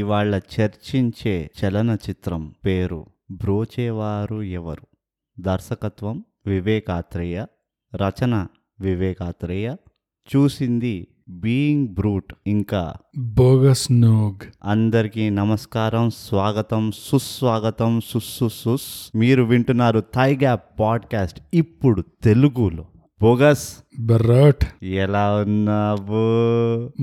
ఇవాళ చర్చించే చలనచిత్రం పేరు బ్రోచేవారు ఎవరు దర్శకత్వం వివేకాత్రేయ రచన వివేకాత్రేయ చూసింది బీయింగ్ బ్రూట్ ఇంకా బోగస్ నోగ్ అందరికీ నమస్కారం స్వాగతం సుస్వాగతం సుస్సుస్సుస్ మీరు వింటున్నారు థైగ్యాప్ పాడ్కాస్ట్ ఇప్పుడు తెలుగులో బోగస్ బ్రోట్ ఎలా ఉన్నావు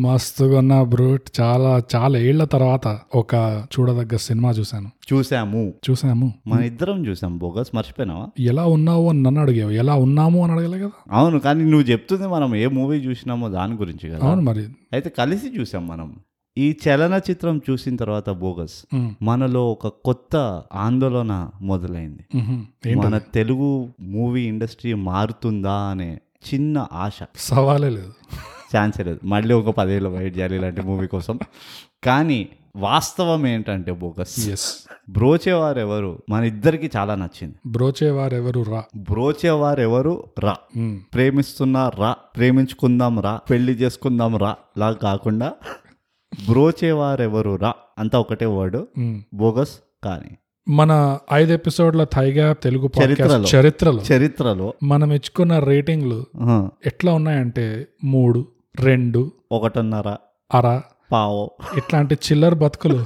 మస్తుగా ఉన్న బ్రోట్ చాలా చాలా ఏళ్ల తర్వాత ఒక చూడదగ్గ సినిమా చూశాను చూసాము చూసాము మన ఇద్దరం చూసాం బోగస్ మర్చిపోయినావా ఎలా ఉన్నావు అని నన్ను అడిగావు ఎలా ఉన్నాము అని అడగలే కదా అవును కానీ నువ్వు చెప్తుంది మనం ఏ మూవీ చూసినామో దాని గురించి కదా అవును మరి అయితే కలిసి చూసాం మనం ఈ చలనచిత్రం చూసిన తర్వాత బోగస్ ఉమ్, మనలో ఒక కొత్త ఆందోళన మొదలైంది ఉమ్హు. ఏంటి మన తెలుగు మూవీ ఇండస్ట్రీ మారుతుందా అనే చిన్న ఆశ సవాలే లేదు ఛాన్సే లేదు మళ్ళీ ఒక పదేళ్ళు వెయిట్ చేయాలి ఇలాంటి మూవీ కోసం కానీ వాస్తవం ఏంటంటే బోగస్ ఎస్ బ్రోచేవారు ఎవరు మన ఇద్దరికి చాలా నచ్చింది బ్రోచేవారెవరు రా బ్రోచేవారు ఎవరు రా ఉమ్, ప్రేమిస్తున్నా రా ప్రేమించుకుందాం రా పెళ్లి చేసుకుందాం రా లా కాకుండా బ్రోచేవారెవరు రా అంతా ఒకటే వర్డ్ ఉమ్. బోగస్ కానీ మన ఐదు ఎపిసోడ్ల థైగా తెలుగు పాడ్కాస్ట్ చరిత్రలో. చరిత్రలో చరిత్రలో మనం ఇచ్చుకున్న రేటింగ్లు ఆ, ఎట్లా ఉన్నాయంటే మూడు రెండు ఒకటిన్నర అర పావు ఇట్లాంటి చిల్లర్ బతుకులు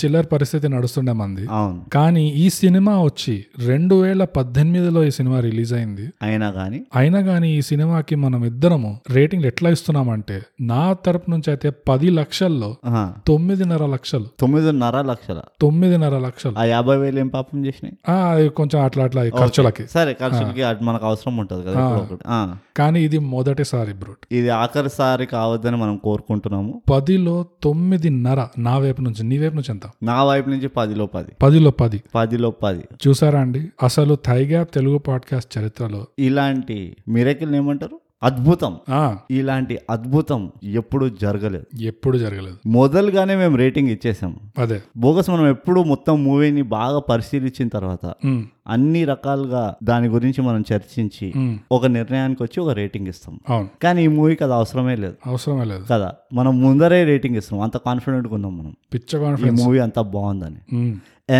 చిల్లర్ పరిస్థితి నడుస్తుండే మంది అవును కానీ ఈ సినిమా వచ్చి రెండు వేల పద్దెనిమిదిలో ఈ సినిమా రిలీజ్ అయింది అయినా కానీ అయినా కానీ ఈ సినిమాకి మనం ఇద్దరము రేటింగ్ ఎట్లా ఇస్తున్నామంటే నా తరపు నుంచి అయితే పది లక్షల్లో ఆహా, తొమ్మిదిన్నర లక్షలు తొమ్మిదిన్నర లక్షల తొమ్మిదిన్నర లక్షలు ఆ యాభై వేలు ఏం పాపం చేసినాయి ఆ, అది కొంచెం అట్లా అట్లా ఖర్చులకి సరే ఖర్చులకి అది మనకు అవసరం ఉంటుంది కదా ఎప్పుడో ఒకటి ఆ, కానీ ఇది మొదటిసారి బ్రూట్ ఇది ఆఖరిసారి కావద్దని మనం కోరుకుంటున్నాము పదిలో తొమ్మిదిన్నర నా వైపు నుంచి నీ వైపు నుంచి ఎంత నా వైపు నుంచి పదిలో పది పదిలో పది పదిలో పది చూసారా అండి అసలు థైగ్యాప్ తెలుగు పాడ్కాస్ట్ చరిత్రలో ఇలాంటి మిరకిల్ ఏమంటారు అద్భుతం ఆ ఇలాంటి అద్భుతం ఎప్పుడూ జరగలేదు ఎప్పుడు జరగలేదు మొదలుగానే మేము రేటింగ్ ఇచ్చేసాం అదే బోగస్ మనం ఎప్పుడు మొత్తం మూవీని బాగా పరిశీలించిన తర్వాత ఉమ్, అన్ని రకాలుగా దాని గురించి మనం చర్చించి ఉమ్, ఒక నిర్ణయానికి వచ్చి ఒక రేటింగ్ ఇస్తాం అవును కానీ ఈ మూవీకి అది అవసరమే లేదు అవసరమే లేదు కదా మనం ముందరే రేటింగ్ ఇస్తాం అంత కాన్ఫిడెంట్గా ఉన్నాం మనం పిచ్చ ఈ కాన్ఫిడెన్స్ మూవీ అంత బాగుందని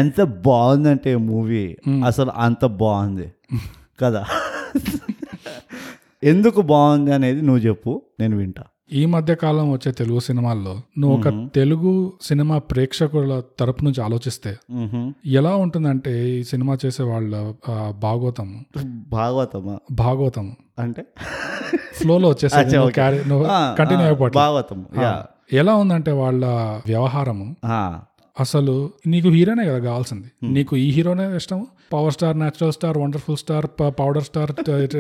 ఎంత బాగుందంటే మూవీ అసలు అంత బాగుంది కదా ఎందుకు బాగుంది అనేది నువ్వు చెప్పు నేను వింటా ఈ మధ్య కాలం వచ్చే తెలుగు సినిమాల్లో నువ్వు ఒక తెలుగు సినిమా ప్రేక్షకుల తరపు నుంచి ఆలోచిస్తే మ్హూ. ఎలా ఉంటుందంటే ఈ సినిమా చేసే వాళ్ళ ఆ, భాగోతం భాగవతమా భాగోతం అంటే ఫ్లోలో వచ్చేసరికి నువ్వు carry- నువ్వు ఆ, కంటిన్యూ ఆ, అయిపోవట్లేదు భాగవతం Ah. యా ఎలా ఉందంటే వాళ్ళ వ్యవహారము ఆ, అసలు నీకు హీరోనే కదా కావాల్సింది Hmm. నీకు ఈ హీరోనే ఇష్టం power star natural star wonderful star ప- పౌడర్ స్టార్ ట- ట-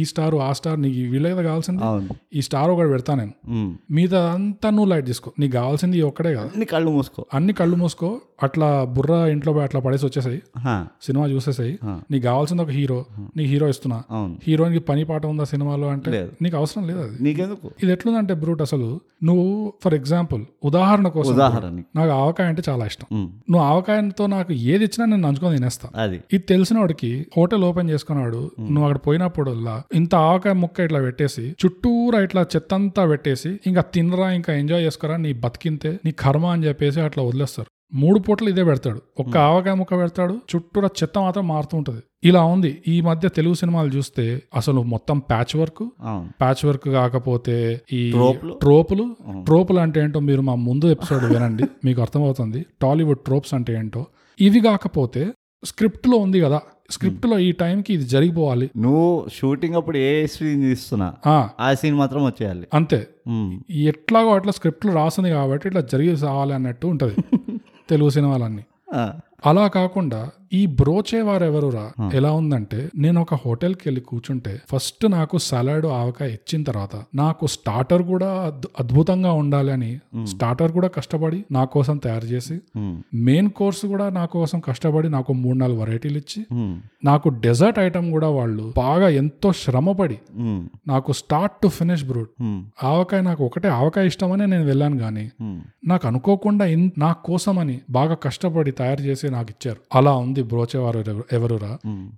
ఈ స్టార్ ఆ స్టార్ నీకు వీళ్ళే కదా కావాల్సింది అవును ఈ స్టార్ ఒకటి పెడతా నేను మ్. మిగతా అంతా నువ్వు లైట్ తీసుకో నీకు కావాల్సింది ఈ ఒక్కడే కదా నీ కళ్ళు మూసుకో అన్ని కళ్ళు మూసుకో అట్లా బుర్ర ఇంట్లో పోయి అట్లా పడేసి వచ్చేసాయి ఆ, సినిమా చూసేసాయి ఆ. నీకు కావాల్సింది ఒక హీరో నీకు హీరో ఇస్తున్నా అవును హీరోయిన్కి పని పాట ఉందా సినిమాలో అంటే లేదు. నీకు అవసరం లేదు అది నీకెందుకు ఇది ఎట్లుందంటే బ్రూట్ అసలు నువ్వు ఫర్ ఎగ్జాంపుల్ ఉదాహరణ కోసం ఉదాహరణకి నాకు ఆవకాయ అంటే చాలా ఇష్టం మ్. నువ్వు ఆవకాయంతో నాకు ఏది ఇచ్చినా నేను నంచుకొని తినేస్తా అది ఇది తెలిసిన వాడికి హోటల్ ఓపెన్ చేసుకున్నాడు నువ్వు అక్కడ పోయినప్పుడల్లా ఇంత ఆవకాయ ముక్క ఇట్లా పెట్టేసి చుట్టూరా ఇట్లా చెత్త అంతా పెట్టేసి ఇంకా తినరా ఇంకా ఎంజాయ్ చేసుకోరా నీ బతికింతే నీ కర్మ అని చెప్పేసి అట్లా వదిలేస్తారు మూడు పూటలు ఇదే పెడతాడు ఒక్క ఆవకాయ ముక్క పెడతాడు చుట్టూరా చెత్త మాత్రం మారుతూ ఉంటది ఇలా ఉంది ఈ మధ్య తెలుగు సినిమాలు చూస్తే అసలు మొత్తం ప్యాచ్ వర్క్ అవును ప్యాచ్ వర్క్ కాకపోతే ఈ ట్రోప్లు? ట్రోపులు ట్రోపులు అంటే ఏంటో మీరు మా ముందు ఎపిసోడ్ వినండి మీకు అర్థమవుతుంది టాలీవుడ్ ట్రోప్స్ అంటే ఏంటో ఇవి కాకపోతే స్క్రిప్ట్ లో ఉంది కదా స్క్రిప్ట్ లో ఈ టైంకి ఇది జరిగిపోవాలి నువ్వు షూటింగ్ అప్పుడు ఏ సీన్ తీస్తున్నా ఆ ఆ సీన్ మాత్రం వచ్చేయాలి Hmm. అంతే మ్. ఎట్లాగో అట్లా స్క్రిప్ట్ లో రాసింది కాబట్టి ఇట్లా జరిగి సావాలి అన్నట్టు ఉంటది తెలుగు సినిమాలన్నీ ఆ, అలా కాకుండా ఈ బ్రోచే వారెవరురా ఎలా ఉందంటే నేను ఒక హోటల్కి వెళ్ళి కూర్చుంటే ఫస్ట్ నాకు సలాడ్ ఆవకాయ ఇచ్చిన తర్వాత నాకు స్టార్టర్ కూడా అద్- అద్భుతంగా ఉండాలి అని స్టార్టర్ కూడా కష్టపడి నా కోసం తయారు చేసి మ్. మెయిన్ కోర్స్ కూడా నా కోసం కష్టపడి నాకు మూడు నాలుగు వెరైటీలు ఇచ్చి మ్. నాకు డెజర్ట్ ఐటమ్ కూడా వాళ్ళు బాగా ఎంతో శ్రమపడి మ్. నాకు స్టార్ట్ టు ఫినిష్ బ్రూట్ మ్. ఆవకాయ నాకు ఒకటే ఆవకాయ ఇష్టమనే నేను వెళ్ళాను కానీ మ్. నాకు అనుకోకుండా ఇన్- నా కోసమని బాగా కష్టపడి తయారు చేసి నాకు ఇచ్చారు అలా ఉంది బాగుంది బ్రోచేవారు ఎవరురా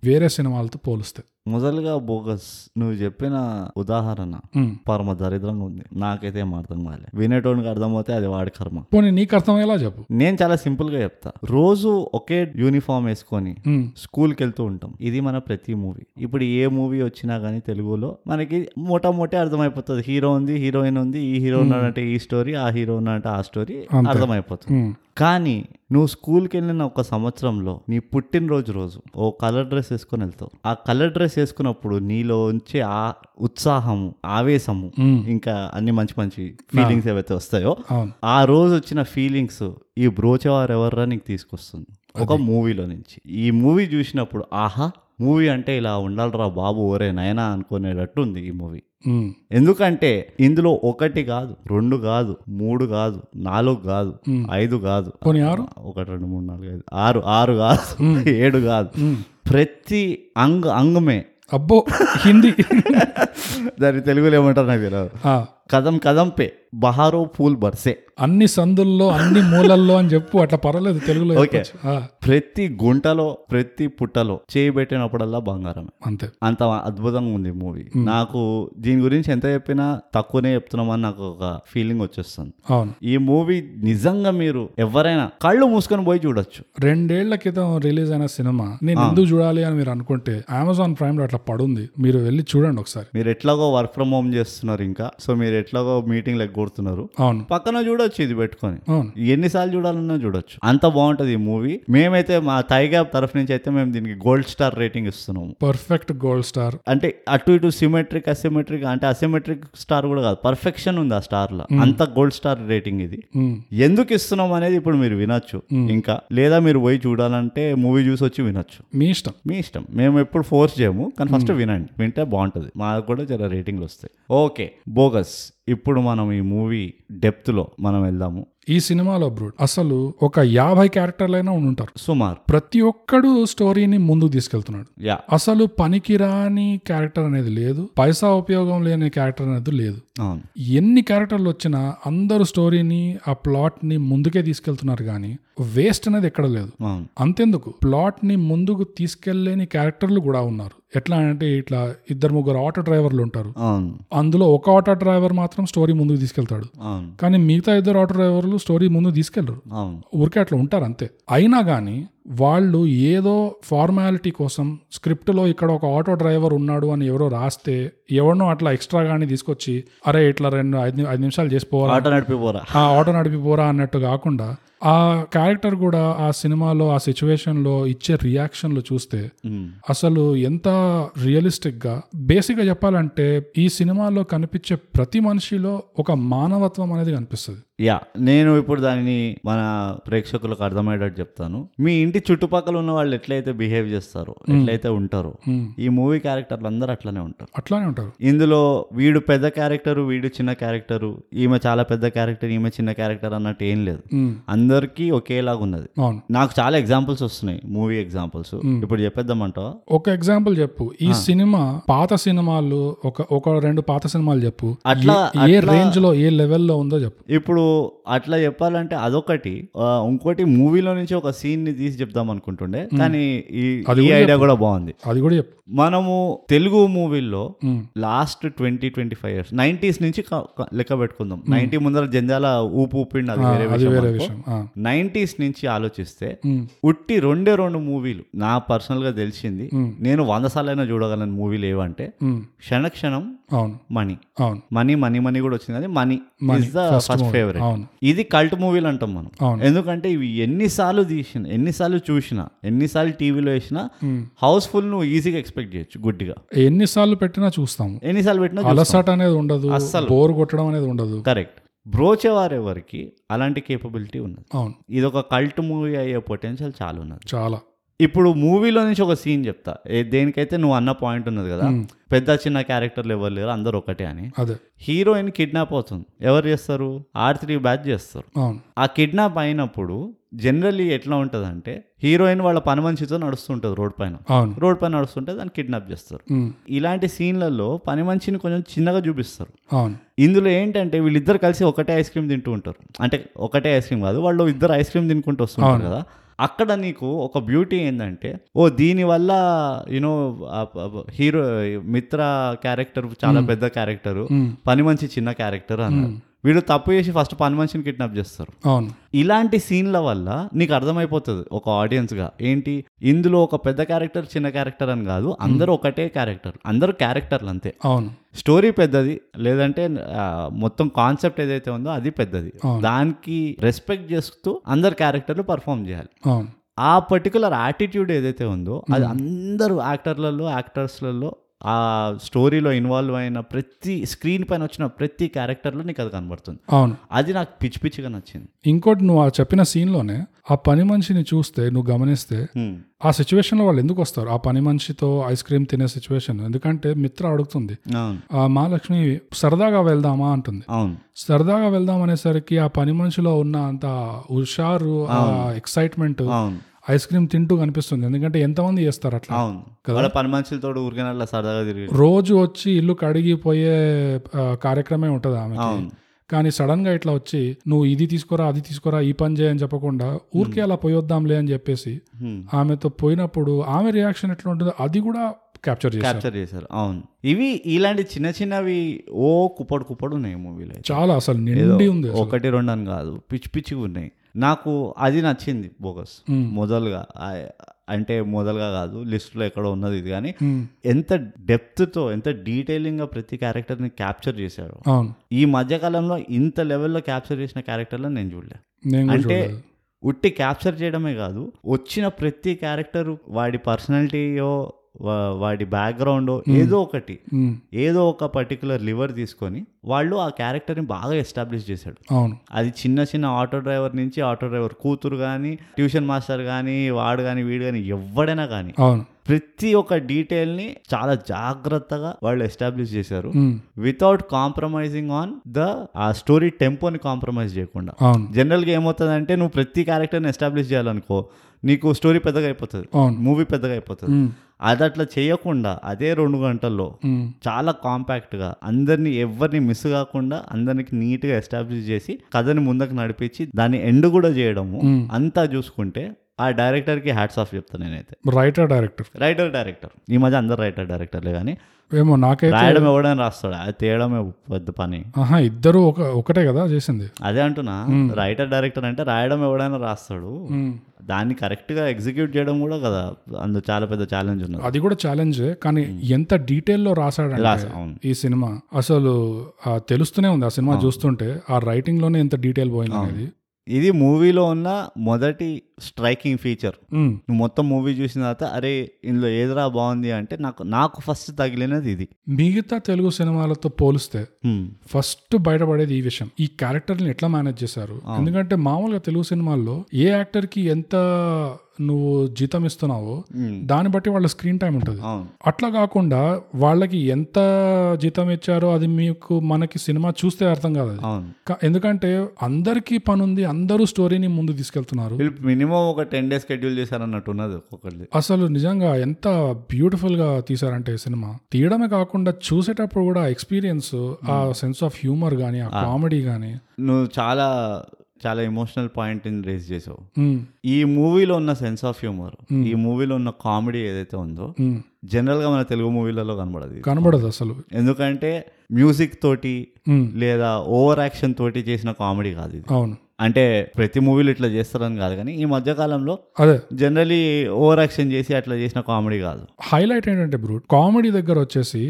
వేరే సినిమాలతో పోలిస్తే Hmm. మొదలుగా బోగస్ నువ్వు చెప్పిన ఉదాహరణ ఉమ్. పరమ దరిద్రంగా ఉంది నాకైతే ఏం అర్థం కాలే వినేటోనికి అర్థమవుతే అది వాడి కర్మ పోనీ నీకు అర్థమయ్యేలా చెప్పు నేను చాలా సింపుల్ గా చెప్తా రోజు ఒకే యూనిఫామ్ వేసుకొని ఉమ్. స్కూల్కి వెళ్తూ ఉంటాం ఇది మన ప్రతి మూవీ ఇప్పుడు ఏ మూవీ వచ్చినా కానీ తెలుగులో మనకి మోటామోటే అర్థమైపోతుంది హీరో ఉంది హీరోయిన్ ఉంది ఈ హీరో ఉన్నాడంటే ఈ స్టోరీ ఆ హీరో ఉన్నాడంటే ఆ స్టోరీ అంతే. అర్థమైపోతుంది ఉమ్. కానీ నువ్వు స్కూల్కి వెళ్ళిన ఒక సంవత్సరంలో నీ పుట్టినరోజు రోజు ఓ కలర్ డ్రెస్ వేసుకొని వెళ్తావు ఆ కలర్ డ్రెస్ వేసుకున్నప్పుడు నీలో ఉంచే ఆ ఉత్సాహము ఆవేశము ఉమ్. ఇంకా అన్ని మంచి మంచి ఫీలింగ్స్ ఏవైతే వస్తాయో అవును ఆ రోజు వచ్చిన ఫీలింగ్స్ ఈ బ్రోచేవారు ఎవర్రా నీకు తీసుకొస్తుంది ఒక మూవీలో నుంచి ఈ మూవీ చూసినప్పుడు ఆహా మూవీ అంటే ఇలా ఉండాలిరా బాబు ఓరే నయనా అనుకునేటట్టుంది ఈ మూవీ ఉమ్. ఎందుకంటే ఇందులో ఒకటి కాదు రెండు కాదు మూడు కాదు నాలుగు కాదు Hmm. ఐదు కాదు పోనీ ఆరు ఒకటి రెండు మూడు నాలుగు ఐదు ఆరు ఆరు కాదు Hmm. ఏడు కాదు ఉమ్. ప్రతి అంగ్ అంగమే అబ్బో హిందీ దాని తెలుగులో ఏమంటారు నాకు తెలియదు ఆ, కదం కదం పే బహారో పూల్ బర్సే అన్ని సందుల్లో అన్ని మూలల్లో అని చెప్పు అట్లా పర్వాలేదు తెలుగులో Okay. చెప్పొచ్చు. ఆ, ప్రతి గుంటలో ప్రతి పుట్టలో చేయి పెట్టినప్పుడల్లా బంగారమే అంతే అంత అద్భుతంగా ఉంది మూవీ నాకు దీని గురించి ఎంత చెప్పినా తక్కువనే చెప్తున్నామని నాకు ఒక ఫీలింగ్ వచ్చేస్తుంది అవును ఈ మూవీ నిజంగా మీరు ఎవరైనా కళ్ళు మూసుకొని పోయి చూడొచ్చు రెండేళ్ల క్రితం రిలీజ్ అయిన సినిమా నేను ఎందుకు చూడాలి అని మీరు అనుకుంటే అమెజాన్ ప్రైమ్ లో అట్లా పడుంది మీరు వెళ్ళి చూడండి ఒకసారి మీరు ఎట్లాగో వర్క్ ఫ్రమ్ హోమ్ చేస్తున్నారు ఇంకా సో మీరు ఎట్లాగో మీటింగ్ ఎగ్గొడుతున్నారు అవును పక్కన చూడొచ్చు ఇది పెట్టుకొని అవును ఎన్నిసార్లు చూడాలన్నా చూడొచ్చు అంత బాగుంటది ఈ మూవీ మేమైతే మా థైగ్యాప్ తరఫు నుంచి అయితే మేము దీనికి గోల్డ్ స్టార్ రేటింగ్ ఇస్తున్నాము పర్ఫెక్ట్ గోల్డ్ స్టార్ అంటే అటు ఇటు సిమెట్రిక్ అసిమెట్రిక్ అంటే అసిమెట్రిక్ స్టార్ కూడా కాదు పర్ఫెక్షన్ ఉంది ఆ స్టార్ లో అంత గోల్డ్ స్టార్ రేటింగ్ ఇది ఎందుకు ఇస్తున్నాం అనేది ఇప్పుడు మీరు వినొచ్చు ఇంకా లేదా మీరు పోయి చూడాలంటే మూవీ చూసి వచ్చి వినొచ్చు మీ ఇష్టం మీ ఇష్టం మేము ఎప్పుడు ఫోర్స్ చేయము కానీ ఫస్ట్ వినండి వింటే బాగుంటుంది మాకు కూడా చాలా రేటింగ్లు వస్తాయి ఓకే బోగస్ ఇప్పుడు మనం ఈ మూవీ డెప్త్లో మనం వెళ్దాము ఈ సినిమాలో బ్రూడ్ అసలు ఒక యాభై క్యారెక్టర్లైనా ఉంటారు సుమార్ ప్రతి ఒక్కడు స్టోరీని ముందుకు తీసుకెళ్తున్నాడు యా అసలు పనికిరాని క్యారెక్టర్ అనేది లేదు పైసా ఉపయోగం లేని క్యారెక్టర్ అనేది లేదు అవును ఎన్ని క్యారెక్టర్లు వచ్చినా అందరూ స్టోరీని ఆ ప్లాట్ ని ముందుకే తీసుకెళ్తున్నారు కానీ వేస్ట్ అనేది ఎక్కడ లేదు అవును అంతెందుకు ప్లాట్ ని ముందుకు తీసుకెళ్లేని క్యారెక్టర్లు కూడా ఉన్నారు ఎట్లా అంటే ఇట్లా ఇద్దరు ముగ్గురు ఆటో డ్రైవర్లు ఉంటారు అవును అందులో ఒక ఆటో డ్రైవర్ మాత్రం స్టోరీ ముందుకు తీసుకెళ్తాడు అవును కానీ మిగతా ఇద్దరు ఆటో డ్రైవర్లు స్టోరీ ముందుకు తీసుకెళ్లరు అవును ఊరికే అట్లా ఉంటారు అంతే అయినా కానీ వాళ్ళు ఏదో ఫార్మాలిటీ కోసం స్క్రిప్ట్లో ఇక్కడ ఒక ఆటో డ్రైవర్ ఉన్నాడు అని ఎవరో రాస్తే ఎవరినో అట్లా ఎక్స్ట్రా గానీ తీసుకొచ్చి అరే ఇట్లా రెండు ఐదు ఐదు నిమిషాలు చేసిపోవాలి ఆట నడిపిపోరా ఆ ఆటో నడిపిపోరా అన్నట్టు కాకుండా ఆ క్యారెక్టర్ కూడా ఆ సినిమాలో ఆ situation లో ఇచ్చే రియాక్షన్లు చూస్తే ఉమ్. అసలు ఎంత రియలిస్టిక్ గా బేసిక్ గా చెప్పాలంటే ఈ సినిమాలో కనిపించే ప్రతి మనిషిలో ఒక మానవత్వం అనేది కనిపిస్తుంది యా నేను ఇప్పుడు దానిని మన ప్రేక్షకులకు అర్థమయ్యేటట్టు చెప్తాను మీ ఇంటి చుట్టుపక్కల ఉన్న వాళ్ళు ఎట్లయితే బిహేవ్ చేస్తారో ఎట్లయితే ఉంటారో Hmm. ఈ మూవీ క్యారెక్టర్లు అందరూ అట్లనే ఉంటారు అట్లానే ఉంటారు ఇందులో వీడు పెద్ద క్యారెక్టరు వీడు చిన్న క్యారెక్టరు ఈమె చాలా పెద్ద క్యారెక్టర్ ఈమె చిన్న క్యారెక్టర్ అన్నట్టు ఏం లేదు ఉమ్, అందరికీ ఒకేలాగా ఉన్నది అవును నాకు చాలా ఎగ్జాంపుల్స్ వస్తున్నాయి మూవీ ఎగ్జాంపుల్స్ ఇప్పుడు చెప్పేద్దామంటావా ఒక ఎగ్జాంపుల్ చెప్పు ఈ సినిమా పాత సినిమాలు ఒక ఒక రెండు పాత సినిమాలు చెప్పు అట్లా ఏ- ఏ రేంజ్ లో ఏ లెవెల్లో ఉందో చెప్పు ఇప్పుడు అట్లా చెప్పాలంటే అదొకటి ఆ, ఇంకోటి మూవీలో నుంచి ఒక సీన్ ని తీసి చెప్దాం అనుకుంటుండే కానీ ఈ ఐడియా కూడా బాగుంది అది కూడా చెప్పు మనము తెలుగు మూవీల్లో um, last twenty twenty five years nineties నుంచి క- క- లెక్క పెట్టుకుందాం నైన్టీ ముందర జంజాల ఊపు ఊపిండి అది వేరే అది వేరే విషయం విషయం ఆ, నైంటీస్ నుంచి ఆలోచిస్తే ఉమ్, ఉట్టి రెండే రెండు మూవీలు నా పర్సనల్ గా తెలిసింది నేను వంద సార్లైనా చూడగలను మూవీలు ఏవంటే ఉమ్, క్షణ క్షణం అవును మనీ అవును మనీ మనీ మనీ కూడా వచ్చింది కానీ money is the first favourite అవును ఇది కల్ట్ మూవీలు అంటాం మనం అవును. ఎందుకంటే ఇవి ఎన్నిసార్లు తీసిన ఎన్నిసార్లు చూసినా ఎన్నిసార్లు టీవీలో వేసినా హౌస్ఫుల్ నువ్వు ఈజీగా ఎక్స్పెక్ట్ చేయొచ్చు గుడ్డిగా ఎన్నిసార్లు పెట్టినా చూస్తాము ఎన్నిసార్లు పెట్టినా అలసట అనేది ఉండదు అస్సలు. బోర్ కొట్టడం అనేది ఉండదు కరెక్ట్ బ్రోచేవారెవరికి అలాంటి కేపబిలిటీ ఉన్నది అవును ఇది ఒక కల్ట్ మూవీ అయ్యే పొటెన్షియల్ చాలా ఉన్నది చాలా ఇప్పుడు మూవీలో నుంచి ఒక సీన్ చెప్తా ఏ- దేనికైతే నువ్వు అన్న పాయింట్ ఉన్నది కదా Hmm. పెద్ద చిన్న క్యారెక్టర్లు ఎవరు లేరు అందరు ఒకటే అని అదే హీరోయిన్ కిడ్నాప్ అవుతుంది ఎవరు చేస్తారు ఆర్ త్రీ బ్యాచ్ చేస్తారు అవును ఆ కిడ్నాప్ అయినప్పుడు జనరల్లీ ఎట్లా ఉంటుందంటే హీరోయిన్ వాళ్ళ పని మనిషితో నడుస్తుంటుంది రోడ్ పైన అవును రోడ్ పైన నడుస్తుంటే దాన్ని కిడ్నాప్ చేస్తారు ఉమ్, ఇలాంటి సీన్లలో పని మనిషిని కొంచెం చిన్నగా చూపిస్తారు అవును ఇందులో ఏంటంటే వీళ్ళిద్దరు కలిసి ఒకటే ఐస్ క్రీమ్ తింటూ ఉంటారు అంటే ఒకటే ఐస్ క్రీమ్ కాదు వాళ్ళు ఇద్దరు ఐస్ క్రీమ్ తినుకుంటూ వస్తుంటారు కదా అక్కడ నీకు ఒక బ్యూటీ ఏంటంటే ఓ దీని వల్ల యూనో హీరో మిత్ర క్యారెక్టర్ చాలా పెద్ద క్యారెక్టర్ పని మంచి చిన్న క్యారెక్టర్ అన్నారు వీడు తప్పు చేసి ఫస్ట్ పని మనిషిని కిడ్నాప్ చేస్తారు అవును ఇలాంటి సీన్ల వల్ల నీకు అర్థమైపోతుంది ఒక audience గా ఏంటి ఇందులో ఒక పెద్ద క్యారెక్టర్ చిన్న క్యారెక్టర్ అని కాదు అందరూ ఒకటే క్యారెక్టర్ అందరూ క్యారెక్టర్లు అంతే అవును స్టోరీ పెద్దది లేదంటే ఆ, మొత్తం కాన్సెప్ట్ ఏదైతే ఉందో అది పెద్దది దానికి రెస్పెక్ట్ చేస్తూ అందరు క్యారెక్టర్లు పర్ఫామ్ చేయాలి అవును ఆ పర్టికులర్ యాటిట్యూడ్ ఏదైతే ఉందో అది అందరూ యాక్టర్లలో యాక్టర్స్లలో ఆ స్టోరీలో ఇన్వాల్వ్ అయిన ప్రతి స్క్రీన్ పైన వచ్చిన ప్రతి క్యారెక్టర్లో నీకు అది కనబడుతుంది అవును అది నాకు పిచ్చి పిచ్చిగా నచ్చింది ఇంకోటి నువ్వు ఆ చెప్పిన scene లోనే ఆ పని మనిషిని చూస్తే నువ్వు గమనిస్తే హ్మ్. ఆ situation లో వాళ్ళు ఎందుకు వస్తారు ఆ పని మనిషితో ఐస్ క్రీమ్ తినే సిచ్యువేషన్ ఎందుకంటే మిత్ర అడుగుతుంది అవును ఆ మహాలక్ష్మి సరదాగా వెళ్దామా అంటుంది అవును సరదాగా వెళ్దాం అనేసరికి ఆ పని మనిషిలో ఉన్న అంత హుషారు ఆ ఎక్సైట్మెంట్ అవును ఐస్ క్రీమ్ తింటూ కనిపిస్తుంది ఎందుకంటే ఎంతమంది చేస్తారు అట్లా అవును వాళ్ళ పని మనుషులతో ఊరికనట్లా సరదాగా తిరిగి రోజు వచ్చి ఇల్లు కడిగిపోయే ఆ, కార్యక్రమే ఉంటుంది ఆమెకి అవును కానీ సడన్ గా ఇట్లా వచ్చి నువ్వు ఇది తీసుకోరా అది తీసుకోరా ఈ పని చేయని చెప్పకుండా ఊరికే అలా పోయొద్దాంలే అని చెప్పేసి హ్మ్. ఆమెతో పోయినప్పుడు ఆమె రియాక్షన్ ఎట్లా ఉంటుందో అది కూడా క్యాప్చర్ చేశారు క్యాప్చర్ చేశారు అవును ఇవి ఇలాంటి చిన్న చిన్నవి ఓ కుప్పడు కుప్పడు ఉన్నాయి మూవీలో చాలా అసలు నిండి ఉంది ఒకటి రెండు అని కాదు పిచ్చి పిచ్చిగా ఉన్నాయి నాకు అది నచ్చింది బోగస్ మొదలుగా ఆ- అంటే మొదలుగా కాదు లిస్ట్లో ఎక్కడ ఉన్నది ఇది కానీ ఉమ్, ఎంత డెప్త్తో ఎంత డీటెయిలింగ్గా ప్రతి క్యారెక్టర్ని క్యాప్చర్ చేశాడు అవును ఈ మధ్యకాలంలో ఇంత లెవెల్లో క్యాప్చర్ చేసిన క్యారెక్టర్లను నేను చూడలే నేను కూడా అంటే చూడలేదు. ఉట్టి క్యాప్చర్ చేయడమే కాదు వచ్చిన ప్రతి క్యారెక్టర్ వాడి పర్సనాలిటీయో వా- వాడి బ్యాక్గ్రౌండో ఏదో ఒకటి ఉమ్, ఏదో ఒక పర్టికులర్ లివర్ తీసుకొని వాళ్ళు ఆ క్యారెక్టర్ని బాగా ఎస్టాబ్లిష్ చేశాడు అవును అది చిన్న చిన్న ఆటో డ్రైవర్ నుంచి ఆటో డ్రైవర్ కూతురు కానీ ట్యూషన్ మాస్టర్ కానీ వాడు కానీ వీడు కానీ ఎవడైనా కానీ అవును ప్రతి ఒక్క డీటెయిల్ని చాలా జాగ్రత్తగా వాళ్ళు ఎస్టాబ్లిష్ చేశారు um, without compromising on the ఆ స్టోరీ టెంపోని కాంప్రమైజ్ చేయకుండా అవును జనరల్గా ఏమవుతుందంటే నువ్వు ప్రతి క్యారెక్టర్ని ఎస్టాబ్లిష్ చేయాలనుకో నీకు స్టోరీ పెద్దగా అయిపోతుంది అవును మూవీ పెద్దగా అయిపోతుంది ఉమ్, అది అట్లా చేయకుండా అదే రెండు గంటల్లో ఉమ్, చాలా కాంపాక్ట్గా అందరినీ ఎవరిని మిస్ కాకుండా అందరికి నీట్గా ఎస్టాబ్లిష్ చేసి కథని ముందుకు నడిపించి దాన్ని ఎండ్ కూడా చేయడము ఉమ్. అంతా చూసుకుంటే ఆ డైరెక్టర్కి హ్యాట్స్ ఆఫ్ చెప్తాను నేనైతే రైటర్ డైరెక్టర్ రైటర్ డైరెక్టర్ ఈ మధ్య అందరు రైటర్ డైరెక్టర్లే కానీ ఏమో నాకైతే రాయడం ఎవడని రాస్తాడు అది తేయడమే పెద్ద పని ఆహా ఇద్దరు ఒక ఒకటే కదా చేసింది అదే అంటున్నా రైటర్ డైరెక్టర్ అంటే రాయడం ఎవడైనా రాస్తాడు ఉమ్, దాన్ని కరెక్ట్గా ఎగ్జిక్యూట్ చేయడం కూడా కదా అందులో చాలా పెద్ద ఛాలెంజ్ ఉన్నది అది కూడా ఛాలెంజ్ కానీ ఎంత డీటెయిల్లో రాశాడంటే రాసా అవును ఈ సినిమా అసలు ఆ తెలుస్తూనే ఉంది ఆ సినిమా చూస్తుంటే ఆ రైటింగ్ లోనే ఎంత డీటెయిల్ పోయింది అనేది ఇది మూవీలో ఉన్న మొదటి స్ట్రైకింగ్ ఫీచర్ ఉమ్, నువ్వు మొత్తం మూవీ చూసిన తర్వాత అరే ఇందులో ఏదిరా బాగుంది అంటే నాకు నాకు ఫస్ట్ తగిలినది ఇది మిగతా తెలుగు సినిమాలతో పోలిస్తే హ్మ్. ఫస్ట్ బయటపడేది ఈ విషయం ఈ క్యారెక్టర్ ని ఎట్లా మేనేజ్ చేశారు ఎందుకంటే మామూలుగా తెలుగు సినిమాల్లో ఏ యాక్టర్ కి ఎంత నువ్వు జీతం ఇస్తున్నావో హ్మ్. దాన్ని బట్టి వాళ్ళ స్క్రీన్ టైం ఉంటుంది అవును అట్లా కాకుండా వాళ్ళకి ఎంత జీతం ఇచ్చారో అది మీకు మనకి సినిమా చూస్తే అర్థం కాదు అది అవును కా- ఎందుకంటే అందరికీ పని ఉంది అందరూ స్టోరీని ముందు తీసుకెళ్తున్నారు వీళ్ళు మినిమం ఒక టెన్ డేస్ షెడ్యూల్ చేశారన్నట్టు ఉన్నది ఒక్కొక్కరిది అసలు నిజంగా ఎంత బ్యూటిఫుల్ గా తీసారంటే ఈ సినిమా తీయడమే కాకుండా చూసేటప్పుడు కూడా ఎక్స్పీరియన్స్ ఆ సెన్స్ ఆఫ్ హ్యూమర్ గానీ ఆ కామెడీ గానీ నువ్వు చాలా చాలా ఎమోషనల్ పాయింట్ రేస్ చేసావు ఉమ్, ఈ మూవీలో ఉన్న సెన్స్ ఆఫ్ హ్యూమర్ ఈ మూవీలో ఉన్న కామెడీ ఏదైతే ఉందో ఉమ్. జనరల్గా మన తెలుగు మూవీలలో కనబడదు ఇది. కనబడదు అసలు ఎందుకంటే మ్యూజిక్ తోటి ఉమ్, లేదా ఓవర్ యాక్షన్ తోటి చేసిన కామెడీ కాదు ఇది అవును అంటే ప్రతి మూవీలో ఇట్లా చేస్తారని కాదు కానీ ఈ మధ్యకాలంలో అదే జనరలీ ఓవర్ యాక్షన్ చేసి అట్లా చేసిన కామెడీ కాదు హైలైట్ ఏంటంటే బ్రూ కామెడీ దగ్గర వచ్చేసి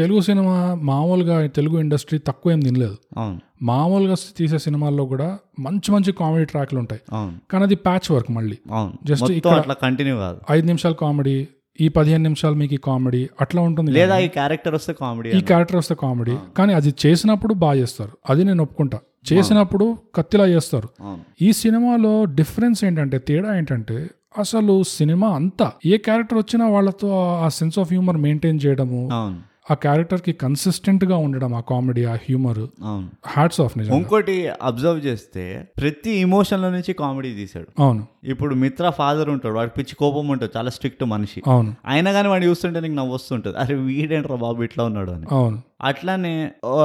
తెలుగు సినిమా మామూలుగా తెలుగు ఇండస్ట్రీ తక్కువ ఏం తినలేదు అవును మామూలుగా తీసే సినిమాల్లో కూడా మంచి మంచి కామెడీ ట్రాక్లు ఉంటాయి అవును కానీ అది ప్యాచ్ వర్క్ మళ్ళీ అవును Just మొత్తం ఇక్కడ- అట్లా కంటిన్యూ కాదు ఐదు నిమిషాలు కామెడీ ఈ పదిహేను నిమిషాలు మీకు ఈ కామెడీ అట్లా ఉంటుంది లేదా ఈ క్యారెక్టర్ వస్తే కామెడీ ఈ క్యారెక్టర్ వస్తే కామెడీ కానీ అది చేసినప్పుడు బాగా చేస్తారు అది నేను ఒప్పుకుంటా చేసినప్పుడు కత్తిలా చేస్తారు అవును ఈ సినిమాలో డిఫరెన్స్ ఏంటంటే తేడా ఏంటంటే అసలు సినిమా అంతా ఏ క్యారెక్టర్ వచ్చినా వాళ్ళతో ఆ- ఆ సెన్స్ ఆఫ్ హ్యూమర్ మెయింటైన్ చేయడము అవును ఆ క్యారెక్టర్ కి కన్సిస్టెంట్ గా ఉండడం ఆ కామెడీ ఆ హ్యూమర్ అవును హ్యాట్స్ ఆఫ్ నిజం ఇంకోటి అబ్జర్వ్ చేస్తే ప్రతి ఇమోషన్ల నుంచి కామెడీ తీశాడు అవును ఇప్పుడు మిత్ర ఫాదర్ ఉంటాడు వాడికి పిచ్చి కోపం ఉంటుంది చాలా స్ట్రిక్ట్ మనిషి అవును అయినా కానీ వాడు చూస్తుంటే నీకు నవ్వు వస్తుంటుంది అరే వీడేంట్రా బాబు ఇట్లా ఉన్నాడు అని అవును అట్లానే ఆ,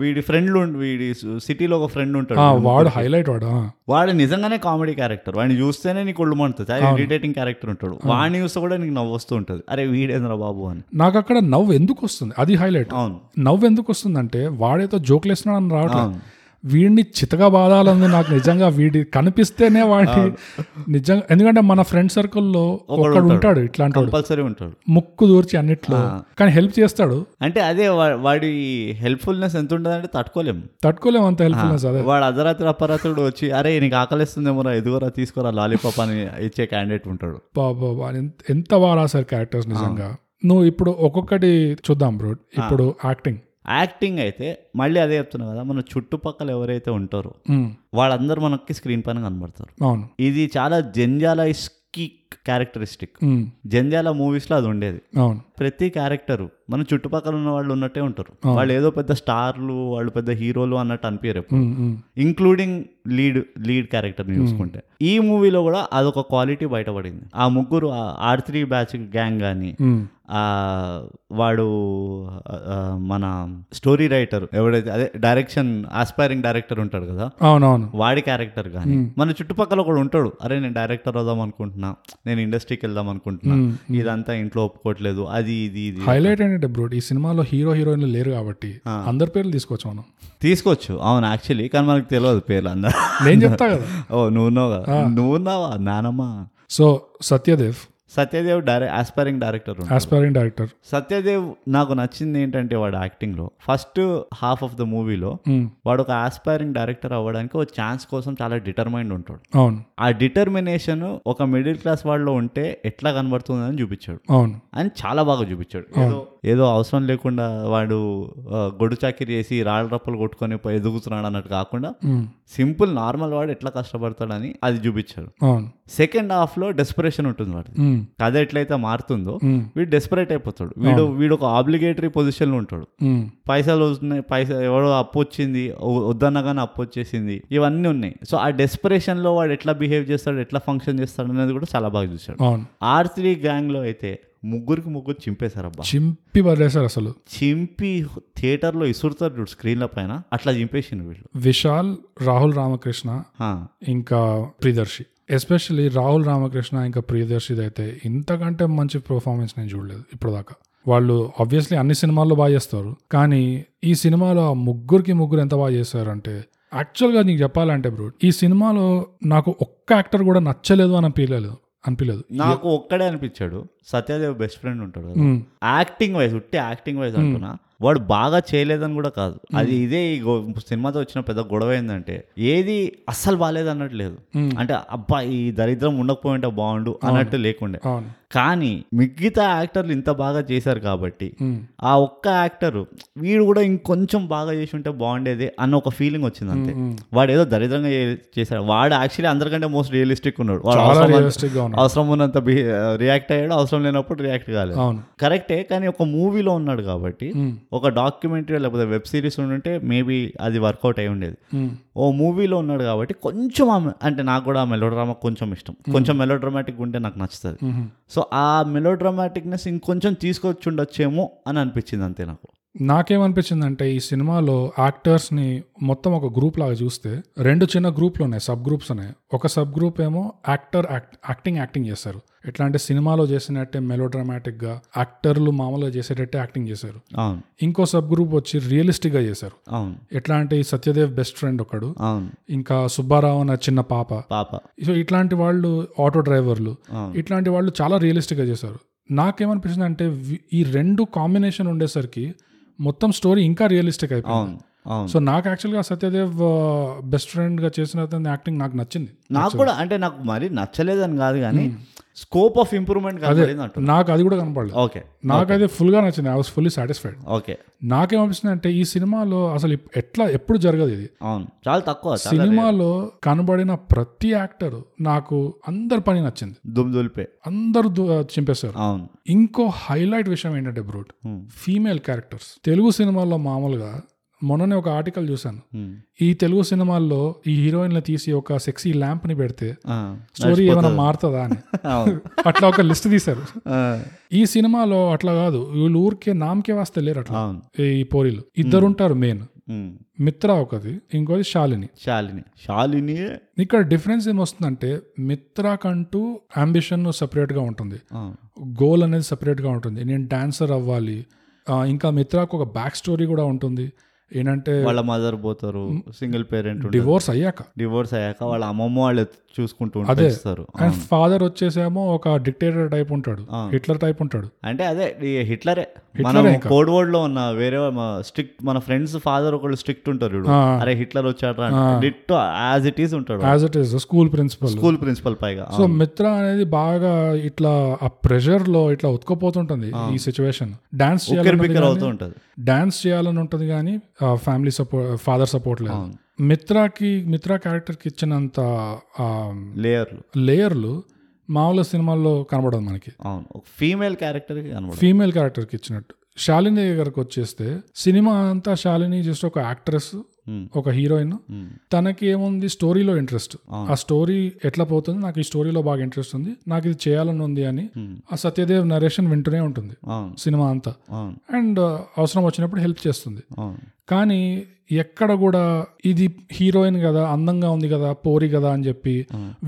వీడి ఫ్రెండ్ వీడి సిటీలో ఒక ఫ్రెండ్ ఆ, ఉంటాడు వాడు హైలైట్ వాడు ఆ. వాడు నిజంగానే కామెడీ క్యారెక్టర్ వాడిని చూస్తేనే నీకు ఒళ్ళు మంటుంది చాలా ఇరిటేటింగ్ క్యారెక్టర్ ఉంటాడు వాడిని చూస్తే కూడా నీకు నవ్వు వస్తూ ఉంటుంది అరే వీడేంద్ర బాబు అని నాకు అక్కడ నవ్వు ఎందుకు వస్తుంది అది హైలైట్ అవును నవ్వు ఎందుకు వస్తుందంటే వాడేదో జోకులు వేస్తున్నాడు అని రావట్లేదు వీడిని చితగా బాధాలంది నాకు నిజంగా వీడి కనిపిస్తేనే వాడి నిజంగా ఎందుకంటే మన ఫ్రెండ్ సర్కిల్లో ఒకడు ఉంటాడు ఇట్లాంటి వాడు. కంపల్సరీ ఉంటాడు ముక్కు దూర్చి అన్నిట్లో కానీ హెల్ప్ చేస్తాడు అంటే అదే వా- వాడి హెల్ప్ఫుల్నెస్ ఎంత ఉంటుందంటే తట్టుకోలేము తట్టుకోలేము అంత హెల్ప్ఫుల్నెస్ అదే వాడు అర్ధరాత్రి అపరాత్రుడు వచ్చి అరే నీకు ఆకలిస్తుందేమోరా ఎదుగురా తీసుకోరా లాలీపాప్ అని ఇచ్చే క్యాండిడేట్ ఉంటాడు బాబా ఎంత బాగా రాశారు క్యారెక్టర్స్ నిజంగా నువ్వు ఇప్పుడు ఒక్కొక్కటి చూద్దాం బ్రో ఇప్పుడు యాక్టింగ్ యాక్టింగ్ అయితే మళ్ళీ అదే చెప్తున్నా కదా మన చుట్టుపక్కల ఎవరైతే ఉంటారో ఉమ్, వాళ్ళందరూ మనకి స్క్రీన్ పైన కనబడతారు అవును ఇది చాలా జంజాల ఇస్కి క్యారెక్టరిస్టిక్ ఉమ్, జంజాల మూవీస్లో అది ఉండేది అవును ప్రతి క్యారెక్టరు మన చుట్టుపక్కల ఉన్న వాళ్ళు ఉన్నట్టే ఉంటారు వాళ్ళు ఏదో పెద్ద స్టార్లు వాళ్ళు పెద్ద హీరోలు అన్నట్టు అనిపించరు ఎప్పుడు. ఉమ్, ఉమ్, ఇంక్లూడింగ్ లీడ్ లీడ్ క్యారెక్టర్ని చూసుకుంటే ఈ మూవీలో కూడా అదొక క్వాలిటీ బయటపడింది ఆ ముగ్గురు ఆర్ త్రీ బ్యాచ్ గ్యాంగ్ కానీ ఉమ్, ఆ వాడు ఆ, మన స్టోరీ రైటర్ ఎవడైతే అదే డైరెక్షన్ ఆస్పైరింగ్ డైరెక్టర్ ఉంటాడు కదా అవును అవును వాడి క్యారెక్టర్ కానీ మన చుట్టుపక్కల కూడా ఉంటాడు అరే నేను డైరెక్టర్ అవుదాం అనుకుంటున్నా నేను ఇండస్ట్రీకి వెళ్దాం అనుకుంటున్నా ఉమ్. ఇదంతా ఇంట్లో ఒప్పుకోవట్లేదు అది ఇది ఇది హైలైట్ ఏంటంటే బ్రో ఈ సినిమాలో హీరో హీరోయిన్లు లేరు కాబట్టి అందరి పేర్లు తీసుకోవచ్చు మనం తీసుకోవచ్చు అవును యాక్చువల్లీ కానీ మనకు తెలియదు పేర్లు అందరూ నేను చెప్తా కదా ఓ నువ్వు ఉన్నావు కదా నువ్వు ఉన్నావా నానమ్మా so Satyadev Satyadev direct aspiring director ఉన్నాడు. ఆస్పైరింగ్ డైరెక్టర్ సత్యదేవ్ నాకు నచ్చింది ఏంటంటే వాడు acting లో ఫస్ట్ హాఫ్ ఆఫ్ ద మూవీలో వాడు ఒక ఆస్పైరింగ్ డైరెక్టర్ అవ్వడానికి ఒక ఛాన్స్ కోసం చాలా డిటర్మైండ్ ఉంటాడు అవును ఆ డిటర్మినేషన్ ఒక మిడిల్ క్లాస్ వాళ్ళలో ఉంటే ఎట్లా కనబడుతుందని చూపించాడు అవును అని చాలా బాగా చూపించాడు ఏదో ఏదో అవసరం లేకుండా వాడు ఆ, గొడ్డు చాకిరి చేసి రాళ్ళ రప్పలు కొట్టుకొని పోయి ఎదుగుతున్నాడు అన్నట్టు కాకుండా ఉమ్, సింపుల్ నార్మల్ వాడు ఎట్లా కష్టపడతాడని అది చూపించాడు అవును సెకండ్ హాఫ్లో డెస్పరేషన్ ఉంటుంది వాడిది ఉమ్, కథ ఎట్లయితే మారుతుందో ఉమ్, వీడు డెస్పరేట్ అయిపోతాడు వీడు వీడు ఒక ఆబ్లిగేటరీ పొజిషన్లో ఉంటాడు ఉమ్, పైసలు వస్తున్నాయి పైసా ఎవడో అప్పు వచ్చింది ఓ- వద్దనగానే అప్పు వచ్చేసింది ఇవన్నీ ఉన్నాయి సో ఆ డెస్పరేషన్లో వాడు ఎట్లా బిహేవ్ చేస్తాడు ఎట్లా ఫంక్షన్ చేస్తాడు అనేది కూడా చాలా బాగా చూశాడు అవును ఆర్ త్రీ గ్యాంగ్లో అయితే ముగ్గురికి ముగ్గురు చింపేశారు అబ్బా చింపి పడేశారు అసలు చింపి థియేటర్లో ఇసురుతారు చూడు స్క్రీన్ల పైన అట్లా చింపేసిండు వీళ్ళు విశాల్ రాహుల్ రామకృష్ణ ఆ, ఇంకా ప్రియదర్శి ఎస్పెషల్లీ రాహుల్ రామకృష్ణ ఇంకా ప్రియదర్శిది అయితే ఇంతకంటే మంచి పర్ఫార్మెన్స్ నేను చూడలేదు ఇప్పటిదాకా వాళ్ళు ఆబ్వియస్లీ అన్ని సినిమాల్లో బాగా చేస్తారు కానీ ఈ సినిమాలో ఆ ముగ్గురికి ముగ్గురు ఎంత బాగా చేశారంటే యాక్చువల్గా నీకు చెప్పాలంటే బ్రో ఈ సినిమాలో నాకు ఒక్క యాక్టర్ కూడా నచ్చలేదు అని అనిపించలేదు అనిపించలేదు నాకు ఒక్కడే అనిపించాడు సత్యదేవ్ బెస్ట్ ఫ్రెండ్ ఉంటాడు కదా ఉమ్, యాక్టింగ్ వైజ్ ఉట్టి యాక్టింగ్ వైజ్ అంటున్నా వాడు బాగా చేయలేదని కూడా కాదు అది ఇదే ఈ గో- సినిమాతో వచ్చిన పెద్ద గొడవ ఏంటంటే ఏది అస్సలు బాగాలేదు అన్నట్లేదు Hmm. అంటే అబ్బా ఈ దరిద్రం ఉండకపోయింటే బాగుండు అన్నట్టు లేకుండే అవును కానీ మిగతా యాక్టర్లు ఇంత బాగా చేశారు కాబట్టి ఉమ్, ఆ ఒక్క యాక్టర్ వీడు కూడా ఇంకొంచెం బాగా చేసి ఉంటే బాగుండేది అన్న ఒక ఫీలింగ్ వచ్చింది అంతే వాడు ఏదో దరిద్రంగా చే- చేశాడు వాడు యాక్చువల్లీ అందరికంటే మోస్ట్ రియలిస్టిక్ ఉన్నాడు వాడు చాలా అవసరం అంత- రియలిస్టిక్ గా ఉన్నాడు అవసరం ఉన్నంత రియాక్ట్ అయ్యాడు అవసరం లేనప్పుడు రియాక్ట్ కాలేదు అవును కరెక్టే కానీ ఒక మూవీలో ఉన్నాడు కాబట్టి ఉమ్, ఒక డాక్యుమెంటరీ లేకపోతే వెబ్ సిరీస్ ఉంటే మేబీ అది వర్కౌట్ అయి ఉండేది ఉమ్, ఓ మూవీలో ఉన్నాడు కాబట్టి కొంచెం ఆమె అంటే నాకు కూడా ఆ మెలోడ్రామా కొంచెం ఇష్టం కొంచెం మెలోడ్రామాటిక్ ఉంటే నాకు నచ్చుతుంది ఉమ్. సో ఆ మెలోడ్రామాటిక్నెస్ ఇంకొంచెం తీసుకొచ్చి ఉండొచ్చేమో అని అనిపించింది అంతే నాకు నాకేమనిపించింది అంటే ఈ సినిమాలో యాక్టర్స్ ని మొత్తం ఒక గ్రూప్ లాగా చూస్తే రెండు చిన్న గ్రూప్లు ఉన్నాయి సబ్ గ్రూప్స్ ఉన్నాయి ఒక సబ్ గ్రూప్ ఏమో యాక్టర్ యాక్టింగ్ యాక్టింగ్ చేస్తారు ఎట్లా అంటే సినిమాలో చేసినట్టే మెలోడ్రామాటిక్ గా యాక్టర్లు మామూలుగా చేసేటట్టే యాక్టింగ్ చేశారు అవును ఇంకో సబ్ గ్రూప్ వచ్చి రియలిస్టిక్ గా చేశారు అవును ఎట్లా అంటే ఈ సత్యదేవ్ బెస్ట్ ఫ్రెండ్ ఒకడు అవును ఇంకా సుబ్బారావు అన్న చిన్న పాప పాప సో ఇట్లాంటి వాళ్ళు ఆటో డ్రైవర్లు అవును. ఇట్లాంటి వాళ్ళు చాలా రియలిస్టిక్గా చేశారు నాకేమనిపించింది అంటే వి- ఈ రెండు కాంబినేషన్ ఉండేసరికి మొత్తం స్టోరీ ఇంకా రియలిస్టిక్ అయిపోయింది అవును అవును సో నాకు యాక్చువల్గా సత్యదేవ్ బెస్ట్ ఫ్రెండ్గా చేసిన అతని యాక్టింగ్ నాకు నచ్చింది నాకు కూడా అంటే నాకు మరి నచ్చలేదని కాదు కానీ స్కోప్ ఆఫ్ ఇంప్రూవ్మెంట్ కనబడింది అంటు నాకు అది కూడా కనపడలేదు ఓకే నాకైతే ఫుల్గా నచ్చింది I was fully satisfied okay నాకేమనిపిస్తుంది అంటే ఈ సినిమాలో అసలు ఇప్- ఎట్లా ఎప్పుడు జరగదు ఇది అవును చాలా తక్కువ చాలా సినిమాలో కనబడిన ప్రతి యాక్టర్ నాకు అందరి పని నచ్చింది దుమ్ దులిపే అందరు చింపేశారు అవును ఇంకో హైలైట్ విషయం ఏంటంటే brute Hmm. Female characters Telugu సినిమాల్లో మామూలుగా మొన్ననే ఒక ఆర్టికల్ చూశాను hmm. ఈ తెలుగు సినిమాల్లో ఈ హీరోయిన్లు తీసి ఒక సెక్సీ ల్యాంప్ ని పెడితే స్టోరీ ఏమైనా మారుతుందా అని అట్లా ఒక లిస్ట్ తీశారు ఈ సినిమాలో అట్లా కాదు వీళ్ళు ఊరికే నామకే వాస్తే లేరు అట్లా అవును Hmm, ఈ పోరీలు ఇద్దరుంటారు మెయిన్ ఉమ్. మిత్ర ఒకటి ఇంకోది శాలిని శాలిని శాలినియే ఇక్కడ డిఫరెన్స్ ఏం వస్తుందంటే మిత్ర కంటూ అంబిషన్ separate గా ఉంటుంది ఆ, గోల్ అనేది separate గా ఉంటుంది నేను డాన్సర్ అవ్వాలి ఆ, ఇంకా మిత్రకు ఒక బ్యాక్ స్టోరీ కూడా ఉంటుంది ఏంటంటే వాళ్ళ మదర్ పోతారు సింగిల్ పేరెంట్ డివోర్స్ అయ్యాక డివోర్స్ అయ్యాక వాళ్ళ అమ్మమ్మ వాళ్ళు చూసుకుంటూ అదే. ఉంటారు అండ్ ఫాదర్ వచ్చేసేమో ఒక డిక్టేటర్ టైప్ ఉంటాడు ఆ. హిట్లర్ టైప్ ఉంటాడు అంటే అదే ఈ హిట్లరే మనం హిట్లరే ఇంకా. కోడ్ వర్డ్ లో ఉన్న వేరే స్ట్రిక్ట్ మన ఫ్రెండ్స్ ఫాదర్ ఒకళ్ళు స్ట్రిక్ట్ ఉంటారు చూడు ఆ. అరే హిట్లర్ వచ్చాడు డిట్టో యాజ్ ఇట్ ఈస్ ఉంటాడు as it is school principal school principal పైగా సో మిత్ర అనేది బాగా ఇట్లా ఆ ప్రెషర్ లో ఇట్లా ఉత్కపోతుంటుంది ఈ సిచ్యువేషన్ డాన్స్ ఉక్కిరి బిక్కిరి చేయాలి అవుతూ ఉంటది డాన్స్ చేయాలని ఉంటుంది కానీ ఫ్యామిలీ సపోర్ట్ ఫాదర్ సపోర్ట్ లేదు మిత్రాకి మిత్రా క్యారెక్టర్కి ఇచ్చినంత లేయర్లు లేయర్లు మామూలు సినిమాల్లో కనబడదు మనకి అవును ఒక ఫీమేల్ క్యారెక్టర్ కనబడదు ఫీమేల్ క్యారెక్టర్కి ఇచ్చినట్టు శాలిని దగ్గరకు వచ్చేస్తే సినిమా అంతా శాలిని జస్ట్ ఒక యాక్ట్రెస్ Hmm. ఒక హీరోయిన్ Hmm. తనకి ఏముంది స్టోరీలో ఇంట్రెస్ట్ ఆ స్టోరీ ఎట్లా పోతుంది నాకు ఈ స్టోరీలో బాగా ఇంట్రెస్ట్ ఉంది నాకు ఇది చేయాలని ఉంది అని Hmm. ఆ సత్యదేవ్ నరేషన్ వింటూనే ఉంటుంది అవును సినిమా అంతా అవును అండ్ అవసరం వచ్చినప్పుడు హెల్ప్ చేస్తుంది అవును కానీ ఎక్కడ కూడా ఇది హీరోయిన్ కదా అందంగా ఉంది కదా పోరి కదా అని చెప్పి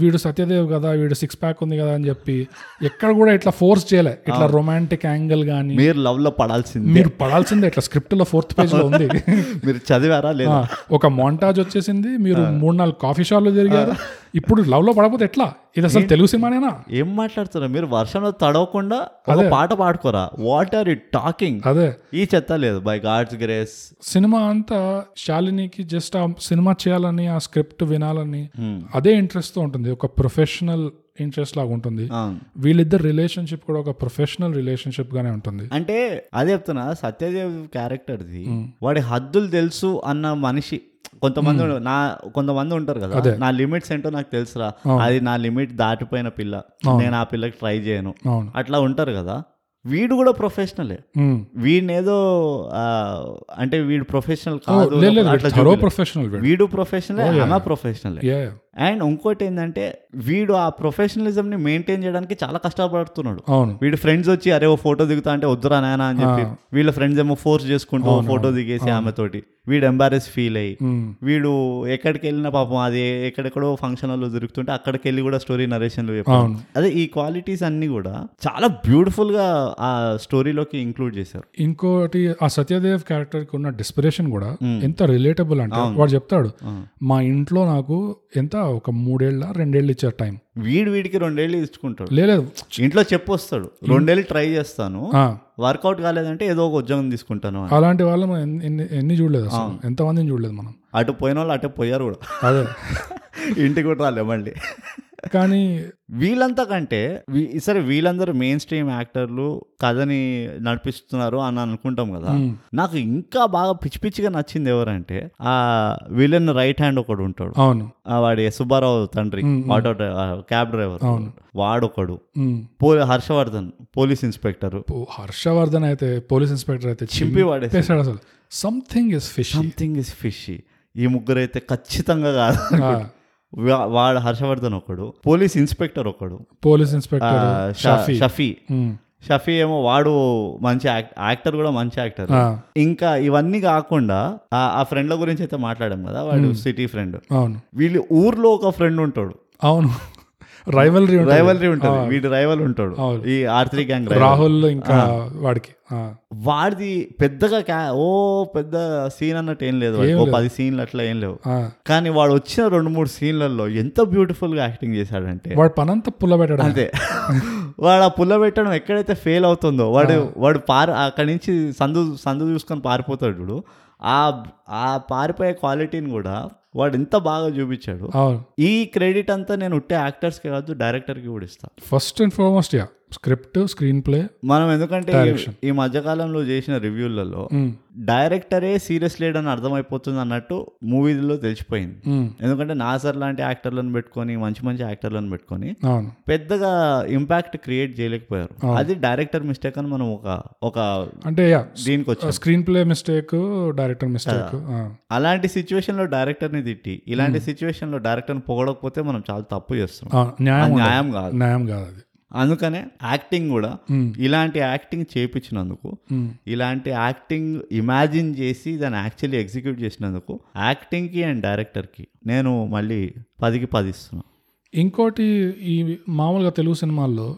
వీడు సత్యదేవ్ కదా వీడు సిక్స్ ప్యాక్ ఉంది కదా అని చెప్పి ఎక్కడ కూడా ఇట్లా ఫోర్స్ చేయలే ఇట్లా రొమాంటిక్ యాంగిల్ కానీ మీరు లవ్ లో పడాల్సింది మీరు పడాల్సిందే ఇట్లా స్క్రిప్ట్ లో ఫోర్త్ పేజ్ లో ఉంది మీరు చదివారా ఆ, లేదా ఒక మోంటాజ్ వచ్చేసింది మీరు మూడు నాలుగు కాఫీ షాప్లు తిరిగారు ఇప్పుడు లవ్ లో పడకపోతే ఎట్లా ఇది అసలు తెలుగు సినిమానేనా ఏం మాట్లాడుతున్నారు మీరు వర్షంలో తడవకుండా ఒక పాట పాడుకోరా వాట్ ఆర్ యు టాకింగ్ అదే ఈ చెత్త లేదు బై గాడ్స్ గ్రేస్ సినిమా అంతా శాలినికి జస్ట్ ఆ సినిమా చేయాలని ఆ స్క్రిప్ట్ వినాలని అదే ఇంట్రెస్ట్ తో ఉంటుంది ఒక ప్రొఫెషనల్ ఇంట్రెస్ట్ లాగా ఉంటుంది వీళ్ళిద్దరు రిలేషన్షిప్ కూడా ఒక ప్రొఫెషనల్ రిలేషన్షిప్ గానే ఉంటుంది అంటే అదే చెప్తున్నా సత్యదేవ్ క్యారెక్టర్ది వాడి హద్దులు తెలుసు అన్న మనిషి కొంతమంది ఉండ- నా కొంతమంది ఉంటారు కదా నా లిమిట్స్ ఏంటో నాకు తెలుసురా అది నా లిమిట్ దాటిపోయిన పిల్ల నేను ఆ పిల్లకి ట్రై చేయను అవును అట్లా ఉంటారు కదా వీడు కూడా ప్రొఫెషనలే ఉమ్. వీడినేదో ఆ, అంటే వీడు ప్రొఫెషనల్ కాదు లేదు, లేదు, అట్లా థరో చూపిలే. ప్రొఫెషనల్ వీడు. వీడు ప్రొఫెషనల్ ఆమె ప్రొఫెషనల్ యా అండ్ ఇంకోటి ఏంటంటే వీడు ఆ ప్రొఫెషనలిజం ని మెయింటైన్ చేయడానికి చాలా కష్టపడుతున్నాడు అవును వీడి ఫ్రెండ్స్ వచ్చి అరే ఓ ఫోటో దిగుతా అంటే వద్దురా నాయనా అని చెప్పి వీళ్ళ ఫ్రెండ్స్ ఏమో ఫోర్స్ చేసుకుంటూ ఓ ఫోటో దిగేసి ఆమెతోటి వీడు ఎంబారెస్ ఫీల్ అయ్యి ఉమ్. వీడు ఎక్కడికి వెళ్ళిన పాపం అది ఎక్కడెక్కడో ఫంక్షన్లలో దొరుకుతుంటే అక్కడికి వెళ్ళి కూడా స్టోరీ నరేషన్లు అవును అదే ఈ క్వాలిటీస్ అన్ని కూడా చాలా బ్యూటిఫుల్ గా ఆ స్టోరీలోకి ఇంక్లూడ్ చేశారు ఇంకోటి ఆ సత్యదేవ్ క్యారెక్టర్ కి ఉన్న డిస్పిరేషన్ కూడా ఎంత రిలేటబుల్ అంటే వాడు చెప్తాడు మా ఇంట్లో నాకు ఎంత ఒక మూడేళ్ళ రెండేళ్ళు ఇచ్చారు టైం వీడు వీడికి రెండేళ్ళు ఇచ్చుకుంటాడు లేదు ఇంట్లో చెప్పొస్తాడు రెండేళ్ళు ట్రై చేస్తాను ఆ, వర్కౌట్ కాలేదంటే ఏదో ఒక ఉద్యోగం తీసుకుంటాను అని అలాంటి వాళ్ళు మనం ఎన్ని- ఎన్ని ఎన్ని చూడలేదు అసలు ఎంతమందిని చూడలేదు మనం అటు పోయిన వాళ్ళు అటే పోయారు కూడా అదే ఇంటికి కూడా రాలే మళ్ళీ కానీ వీళ్ళంతా కంటే వీ- సరే వీళ్ళందరూ మెయిన్ స్ట్రీమ్ యాక్టర్లు కథని నడిపిస్తున్నారు అని అనుకుంటాం కదా నాకు ఇంకా బాగా పిచ్చి పిచ్చిగా నచ్చింది ఎవరంటే ఆ విలన్ రైట్ హ్యాండ్ ఒకడు ఉంటాడు అవును ఆ వాడి సుబ్బారావు తండ్రి ఆటో డ్రైవర్ క్యాబ్ డ్రైవర్ వాడొకడు ఉమ్. పో హర్షవర్ధన్ పోలీస్ ఇన్స్పెక్టర్ పో- హర్షవర్ధన్ అయితే పోలీస్ ఇన్స్పెక్టర్ అయితే చింపి వాడేసి చింపేశాడు అసలు something is fish something is fishy ఈ ముగ్గురు అయితే ఖచ్చితంగా కాదు వా- వాడు హర్షవర్ధన్ ఒకడు పోలీస్ ఇన్స్పెక్టర్ ఒకడు పోలీస్ ఇన్స్పెక్టర్ ఆ, ష- షఫీ ఉమ్. షఫీ ఏమో వాడు మంచి యాక్- యాక్టర్ కూడా మంచి యాక్టర్ ఆ, ఇంకా ఇవన్నీ కాకుండా ఆ- ఆ ఫ్రెండ్ల గురించి అయితే మాట్లాడాం కదా వాడు సిటీ ఫ్రెండ్ అవును వీళ్ళు ఊర్లో ఒక ఫ్రెండ్ ఉంటాడు అవును రైవల్రీ రైవల్రీ ఉంటుంది వీడి రైవల్ ఉంటాడు అవును. ఈ ఆర్త్రీ గ్యాంగ్ రాహుల్ ఇంకా వాడికి ఆ, వాడిది పెద్దగా క్యా- ఓ పెద్ద సీన్ అన్నట్టు ఏం లేదు వాడికి. ఓ పది సీన్లు అట్లా ఏం లేవు ఆ. కానీ వాడు వచ్చిన రెండు మూడు సీన్లలో ఎంత బ్యూటిఫుల్ గా యాక్టింగ్ చేశాడంటే వాడు పనంతా పుల్ల పెట్టడం అంతే వాడు ఆ పుల్ల పెట్టడం ఎక్కడైతే ఫెయిల్ అవుతుందో వాడు వాడు పారి అక్కడి నుంచి సందు సందు చూసుకొని పారిపోతాడు చూడు ఆ ఆ పారిపోయే క్వాలిటీని కూడా వాడు ఎంత బాగా చూపించాడు అవును ఈ క్రెడిట్ అంతా నేను ఉట్టే యాక్టర్స్కి కాదు డైరెక్టర్కి కూడా ఇస్తా first and foremost yeah script screenplay మనం ఎందుకంటే ఈ- ఈ మధ్యకాలంలో చేసిన రివ్యూలలో డైరెక్టరే సీరియస్ లేడ్ అని అర్థమైపోతుంది అన్నట్టు మూవీలో తెలిసిపోయింది ఎందుకంటే నాసర్ లాంటి యాక్టర్లను పెట్టుకొని మంచి మంచి యాక్టర్లను పెట్టుకొని అవును పెద్దగా ఇంపాక్ట్ క్రియేట్ చేయలేకపోయారు అది డైరెక్టర్ మిస్టేక్ అని మనం ఒక ఒక అంటే యా దీనికి వచ్చాం screenplay mistake director mistake అలాంటి సిచ్యువేషన్ లో డైరెక్టర్ ని తిట్టి ఇలాంటి సిచ్యువేషన్ లో డైరెక్టర్ ని పొగడకపోతే మనం చాలా తప్పు చేస్తున్నాం న్యాయం ఉండదు. న్యాయం కాదు న్యాయం కాదు అది అందుకనే యాక్టింగ్ కూడా ఇలాంటి యాక్టింగ్ చేపించినందుకు Hmm. ఇలాంటి యాక్టింగ్ ఇమాజిన్ చేసి దాన్ని యాక్చువల్లీ ఎగ్జిక్యూట్ చేసినందుకు యాక్టింగ్కి అండ్ డైరెక్టర్కి నేను మళ్ళీ పదికి పది ఇస్తున్నాను ఇంకోటి ఈ మామూలుగా తెలుగు సినిమాల్లో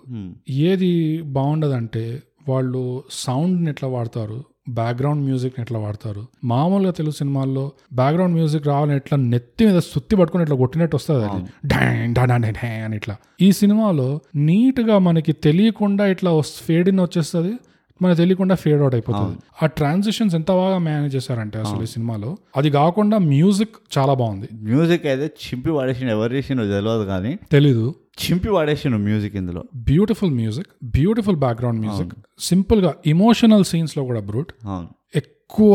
ఏది బాగుండదంటే వాళ్ళు సౌండ్ని ఎట్లా వాడతారు బ్యాక్గ్రౌండ్ మ్యూజిక్ని ఎట్లా వాడతారు మామూలుగా తెలుగు సినిమాల్లో బ్యాక్గ్రౌండ్ మ్యూజిక్ రావాలని ఎట్లా నెత్తి మీద సుత్తి పట్టుకుని ఇట్లా కొట్టినట్టు వస్తుంది అది డాన్ డాన్ డాన్ డాన్ అని ఇట్లా ఈ సినిమాలో నీట్గా మనకి తెలియకుండా ఇట్లా ఫేడ్ ఇన్ వచ్చేస్తుంది మనకు తెలియకుండా ఫేడ్ అవుట్ అయిపోతుంది ఆ ట్రాన్సిషన్స్ ఎంత బాగా మేనేజ్ చేశారంటే అసలు ఈ సినిమాలో అది కాకుండా మ్యూజిక్ చాలా బాగుంది మ్యూజిక్ అయితే చింపి పడేసిన ఎవరు చేసినో తెలియదు కానీ తెలీదు చింపి పడేసిన మ్యూజిక్ ఇందులో beautiful music beautiful background music సింపుల్గా ఇమోషనల్ సీన్స్లో కూడా బ్రూట్ అవును ఎక్కువ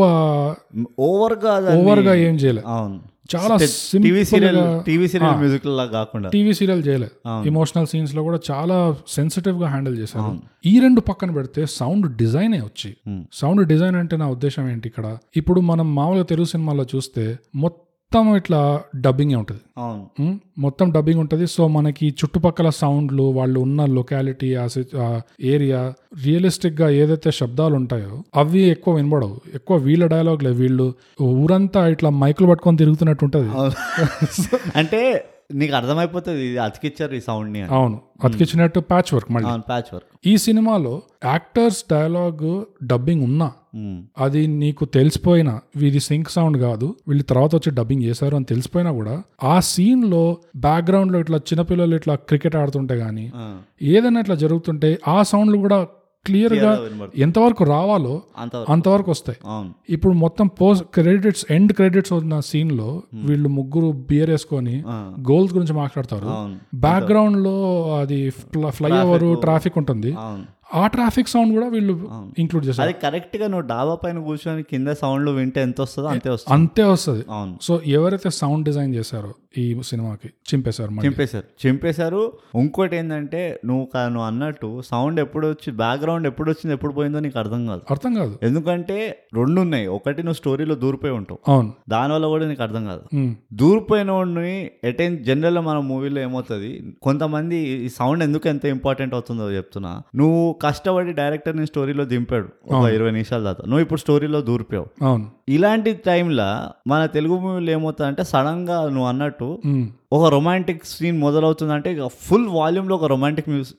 ఓవర్గా దాన్ని- ఓవర్గా ఏం చేయలే అవును చాలా TV simple serial TV serial music లా కాకుండా టీవీ సీరియల్ చేయలే అవును. ఇమోషనల్ సీన్స్ లో కూడా చాలా సెన్సిటివ్ గా హ్యాండిల్ చేశారు ఈ రెండు పక్కన పెడితే సౌండ్ డిజైన్ వచ్చి Hmm. సౌండ్ డిజైన్ అంటే నా ఉద్దేశం ఏంటి ఇక్కడ ఇప్పుడు మనం మామూలుగా తెలుగు సినిమాల్లో చూస్తే మొత్తం ఇట్లా డబ్బింగ్ ఉంటుంది అవును మ్మ్. మొత్తం డబ్బింగ్ ఉంటుంది సో మనకి చుట్టుపక్కల సౌండ్లు వాళ్ళు ఉన్న లొకాలిటీ ఆ సి- ఆ ఏరియా రియలిస్టిక్ గా ఏదైతే శబ్దాలు ఉంటాయో అవి ఎక్కువ వినబడవు ఎక్కువ వీళ్ళ డైలాగ్లే వీళ్ళు ఊరంతా ఇట్లా మైకులు పట్టుకొని తిరుగుతున్నట్టు ఉంటుంది అవును. అంటే నీకు అర్థమైపోతుంది ఇది అతికిచ్చారు ఈ సౌండ్ ని అని. అవును అతికించినట్టు ప్యాచ్ వర్క్ మళ్ళీ అవును ప్యాచ్ వర్క్ ఈ సినిమాలో యాక్టర్స్ డైలాగ్ డబ్బింగ్ ఉన్నా అది నీకు తెలిసిపోయినా వీది సింక్ సౌండ్ కాదు వీళ్ళు తర్వాత వచ్చి డబ్బింగ్ చేశారు అని తెలిసిపోయినా కూడా ఆ సీన్ లో బ్యాక్గ్రౌండ్ లో ఇట్లా చిన్నపిల్లలు ఇట్లా క్రికెట్ ఆడుతుంటే గానీ ఏదైనా ఇట్లా జరుగుతుంటే ఆ సౌండ్లు కూడా క్లియర్ గా ఎంతవరకు రావాలో అంత అంతవరకు వస్తాయి అవును ఇప్పుడు మొత్తం పోస్ట్ క్రెడిట్స్ ఎండ్ క్రెడిట్స్ ఉన్న సీన్ లో వీళ్ళు ముగ్గురు బియర్ వేసుకొని ఆ, గోల్స్ గురించి మాట్లాడతారు అవును బ్యాక్గ్రౌండ్ లో అది ఫ్లైఓవర్ ట్రాఫిక్ ఉంటుంది అవును ఆ ట్రాఫిక్ సౌండ్ కూడా వీళ్ళు ఇంక్లూడ్ చేస్తారు అది కరెక్ట్ గా నువ్వు డాబా పైన కూర్చొని కింద సౌండ్ లో వింటే ఎంత వస్తుందో అంతే వస్తుంది అంతే వస్తుంది అవును సో ఎవరైతే సౌండ్ డిజైన్ చేశారో ఈ సినిమాకి చింపేశారు మళ్ళీ చింపేశారు చింపేశారు ఇంకోటి ఏంటంటే నువ్వు కా- నువ్వు అన్నట్టు సౌండ్ ఎప్పుడు వచ్చి బ్యాక్గ్రౌండ్ ఎప్పుడు వచ్చింది ఎప్పుడు పోయిందో నీకు అర్థం కాదు అర్థం కాదు ఎందుకంటే రెండు ఉన్నాయి ఒకటి నువ్వు స్టోరీలో దూరిపోయి ఉంటావు అవును దానివల్ల కూడా నీకు అర్థం కాదు ఉమ్. దూరిపోయిన వాడిని ఎటైన్ జనరల్ మన మూవీలో ఏమవుతుంది కొంతమంది ఈ సౌండ్ ఎందుకు ఎంత ఇంపార్టెంట్ అవుతుందో చెప్తున్నా నువ్వు కష్టపడి డైరెక్టర్ ని స్టోరీలో దింపాడు ఒక ఇరవై నిమిషాల దాకా నువ్వు ఇప్పుడు స్టోరీలో దూరిపోయావు అవును ఇలాంటి టైంలో మన తెలుగు మూవీలో ఏమవుతుంది అంటే సడన్ గా నువ్వు అన్నట్టు ఉమ్. ఒక రొమాంటిక్ సీన్ మొదలవుతుందంటే ఇక ఫుల్ వాల్యూమ్లో ఒక రొమాంటిక్ మ్యూజిక్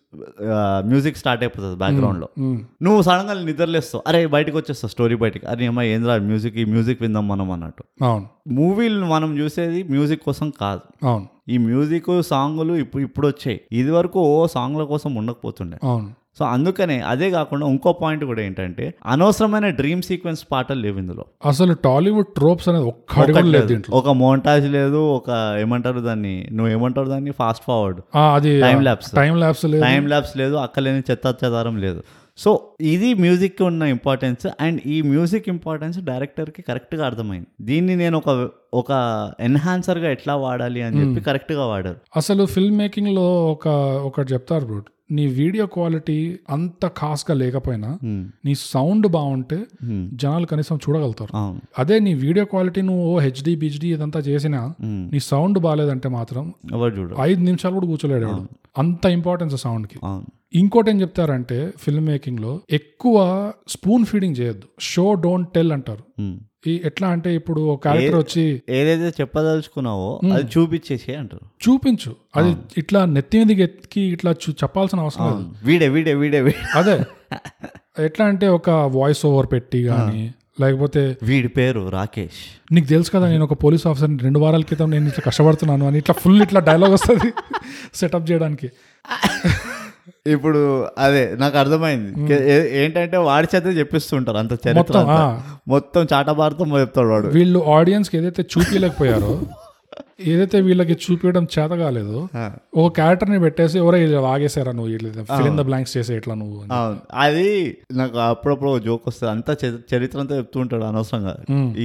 మ్యూజిక్ స్టార్ట్ అయిపోతుంది బ్యాక్గ్రౌండ్లో ఉమ్. నువ్వు సడన్గా నిద్రలేస్తావు అరే బయటకు వచ్చేస్తావు స్టోరీ బయటకి అరే అమ్మ ఏం రా మ్యూజిక్ ఈ మ్యూజిక్ విందాం మనం అన్నట్టు అవును మూవీలు మనం చూసేది మ్యూజిక్ కోసం కాదు అవును ఈ మ్యూజిక్ సాంగులు ఇప్పుడు ఇప్పుడు వచ్చాయి ఇది వరకు ఓ సాంగ్ల కోసం ఉండకపోతుండే అవును సో అందుకనే అదే కాకుండా ఇంకో పాయింట్ కూడా ఏంటంటే అనవసరమైన డ్రీమ్ సీక్వెన్స్ పాటలు లేవు ఇందులో అసలు టాలీవుడ్ ట్రోప్స్ అనేది ఒక్క అడుగు లేదు దీంట్లో ఒక మోంటాజ్ లేదు ఒక ఏమంటారు దాన్ని నువ్వు ఏమంటారు దాన్ని ఫాస్ట్ ఫార్వర్డ్ ఆ, అది టైం ల్యాప్స్ టైం ల్యాబ్స్ లేదు టైం ల్యాబ్స్ లేదు అక్కలేని చెత్త చెదారం లేదు సో ఇది మ్యూజిక్కి ఉన్న ఇంపార్టెన్స్ అండ్ ఈ మ్యూజిక్ ఇంపార్టెన్స్ డైరెక్టర్కి కరెక్ట్గా అర్థమైంది దీన్ని నేను ఒక ఒక ఎన్హాన్సర్గా ఎట్లా వాడాలి అని చెప్పి Hmm. కరెక్ట్గా వాడారు అసలు ఫిల్మ్ మేకింగ్ లో ఒక ఒకటి చెప్తారు బ్రూట్ నీ వీడియో క్వాలిటీ అంత ఖాస్ గా లేకపోయినా Hmm. నీ సౌండ్ బాగుంటే Hmm. జనాలు కనీసం చూడగలుగుతారు అవును అదే నీ వీడియో క్వాలిటీ నువ్వు హెచ్డి బిహెచ్డి ఇదంతా చేసినా Hmm. నీ సౌండ్ బాగాలేదంటే మాత్రం ఎవరు చూడరు ఐదు నిమిషాలు కూడా కూర్చోలేడు వాడు. Hmm. అంత ఇంపార్టెన్స్ సౌండ్ కి అవును ఇంకోటి ఏం చెప్తారంటే ఫిల్మ్ మేకింగ్ లో ఎక్కువ స్పూన్ ఫీడింగ్ చేయొద్దు షో డోంట్ టెల్ అంటారు Hmm. ఈ ఎట్లా అంటే ఇప్పుడు ఒక క్యారెక్టర్ వచ్చి ఏదైతే చెప్పదలుచుకున్నావో అది చూపించేసి అంటారు చూపించు అది ఇట్లా నెత్తి మీదకి ఎత్తికి ఇట్లా చూ- చెప్పాల్సిన అవసరం లేదు వీడే వీడే వీడే వీడే. అదే ఎట్లా అంటే ఒక వాయిస్ ఓవర్ పెట్టి కానీ లేకపోతే వీడి పేరు రాకేష్ నీకు తెలుసు కదా నేను ఒక పోలీస్ ఆఫీసర్ రెండు వారాల క్రితం నేను ఇట్లా కష్టపడుతున్నాను అని ఇట్లా ఫుల్ ఇట్లా డైలాగ్ వస్తుంది సెటప్ చేయడానికి ఇప్పుడు అదే నాకు అర్థమైంది ఏ- ఏ- ఏంటంటే వాడి చేత చెప్పిస్తుంటారు అంత చరిత్ర మొత్తం అంతా. ఆ, మొత్తం చాటభారతం చెప్తాడు వాడు వీళ్ళు ఆడియన్స్ కి ఏదైతే చూపించలేకపోయారో ఏదైతే వీళ్ళకి చూపించడం చేత కాలేదో ఒక క్యారెక్టర్ ని పెట్టేసి ఎవరో ఇలా వాగేశారా నువ్వు ఇట్లా ఫిల్ ఇన్ ద బ్లాంక్స్ చేసే ఇట్లా నువ్వు అని. అవును అది నాకు అప్పుడప్పుడు జోక్ వస్తుంది అంతా చరి- చరిత్ర అంతా చెప్తుంటాడు అనవసరంగా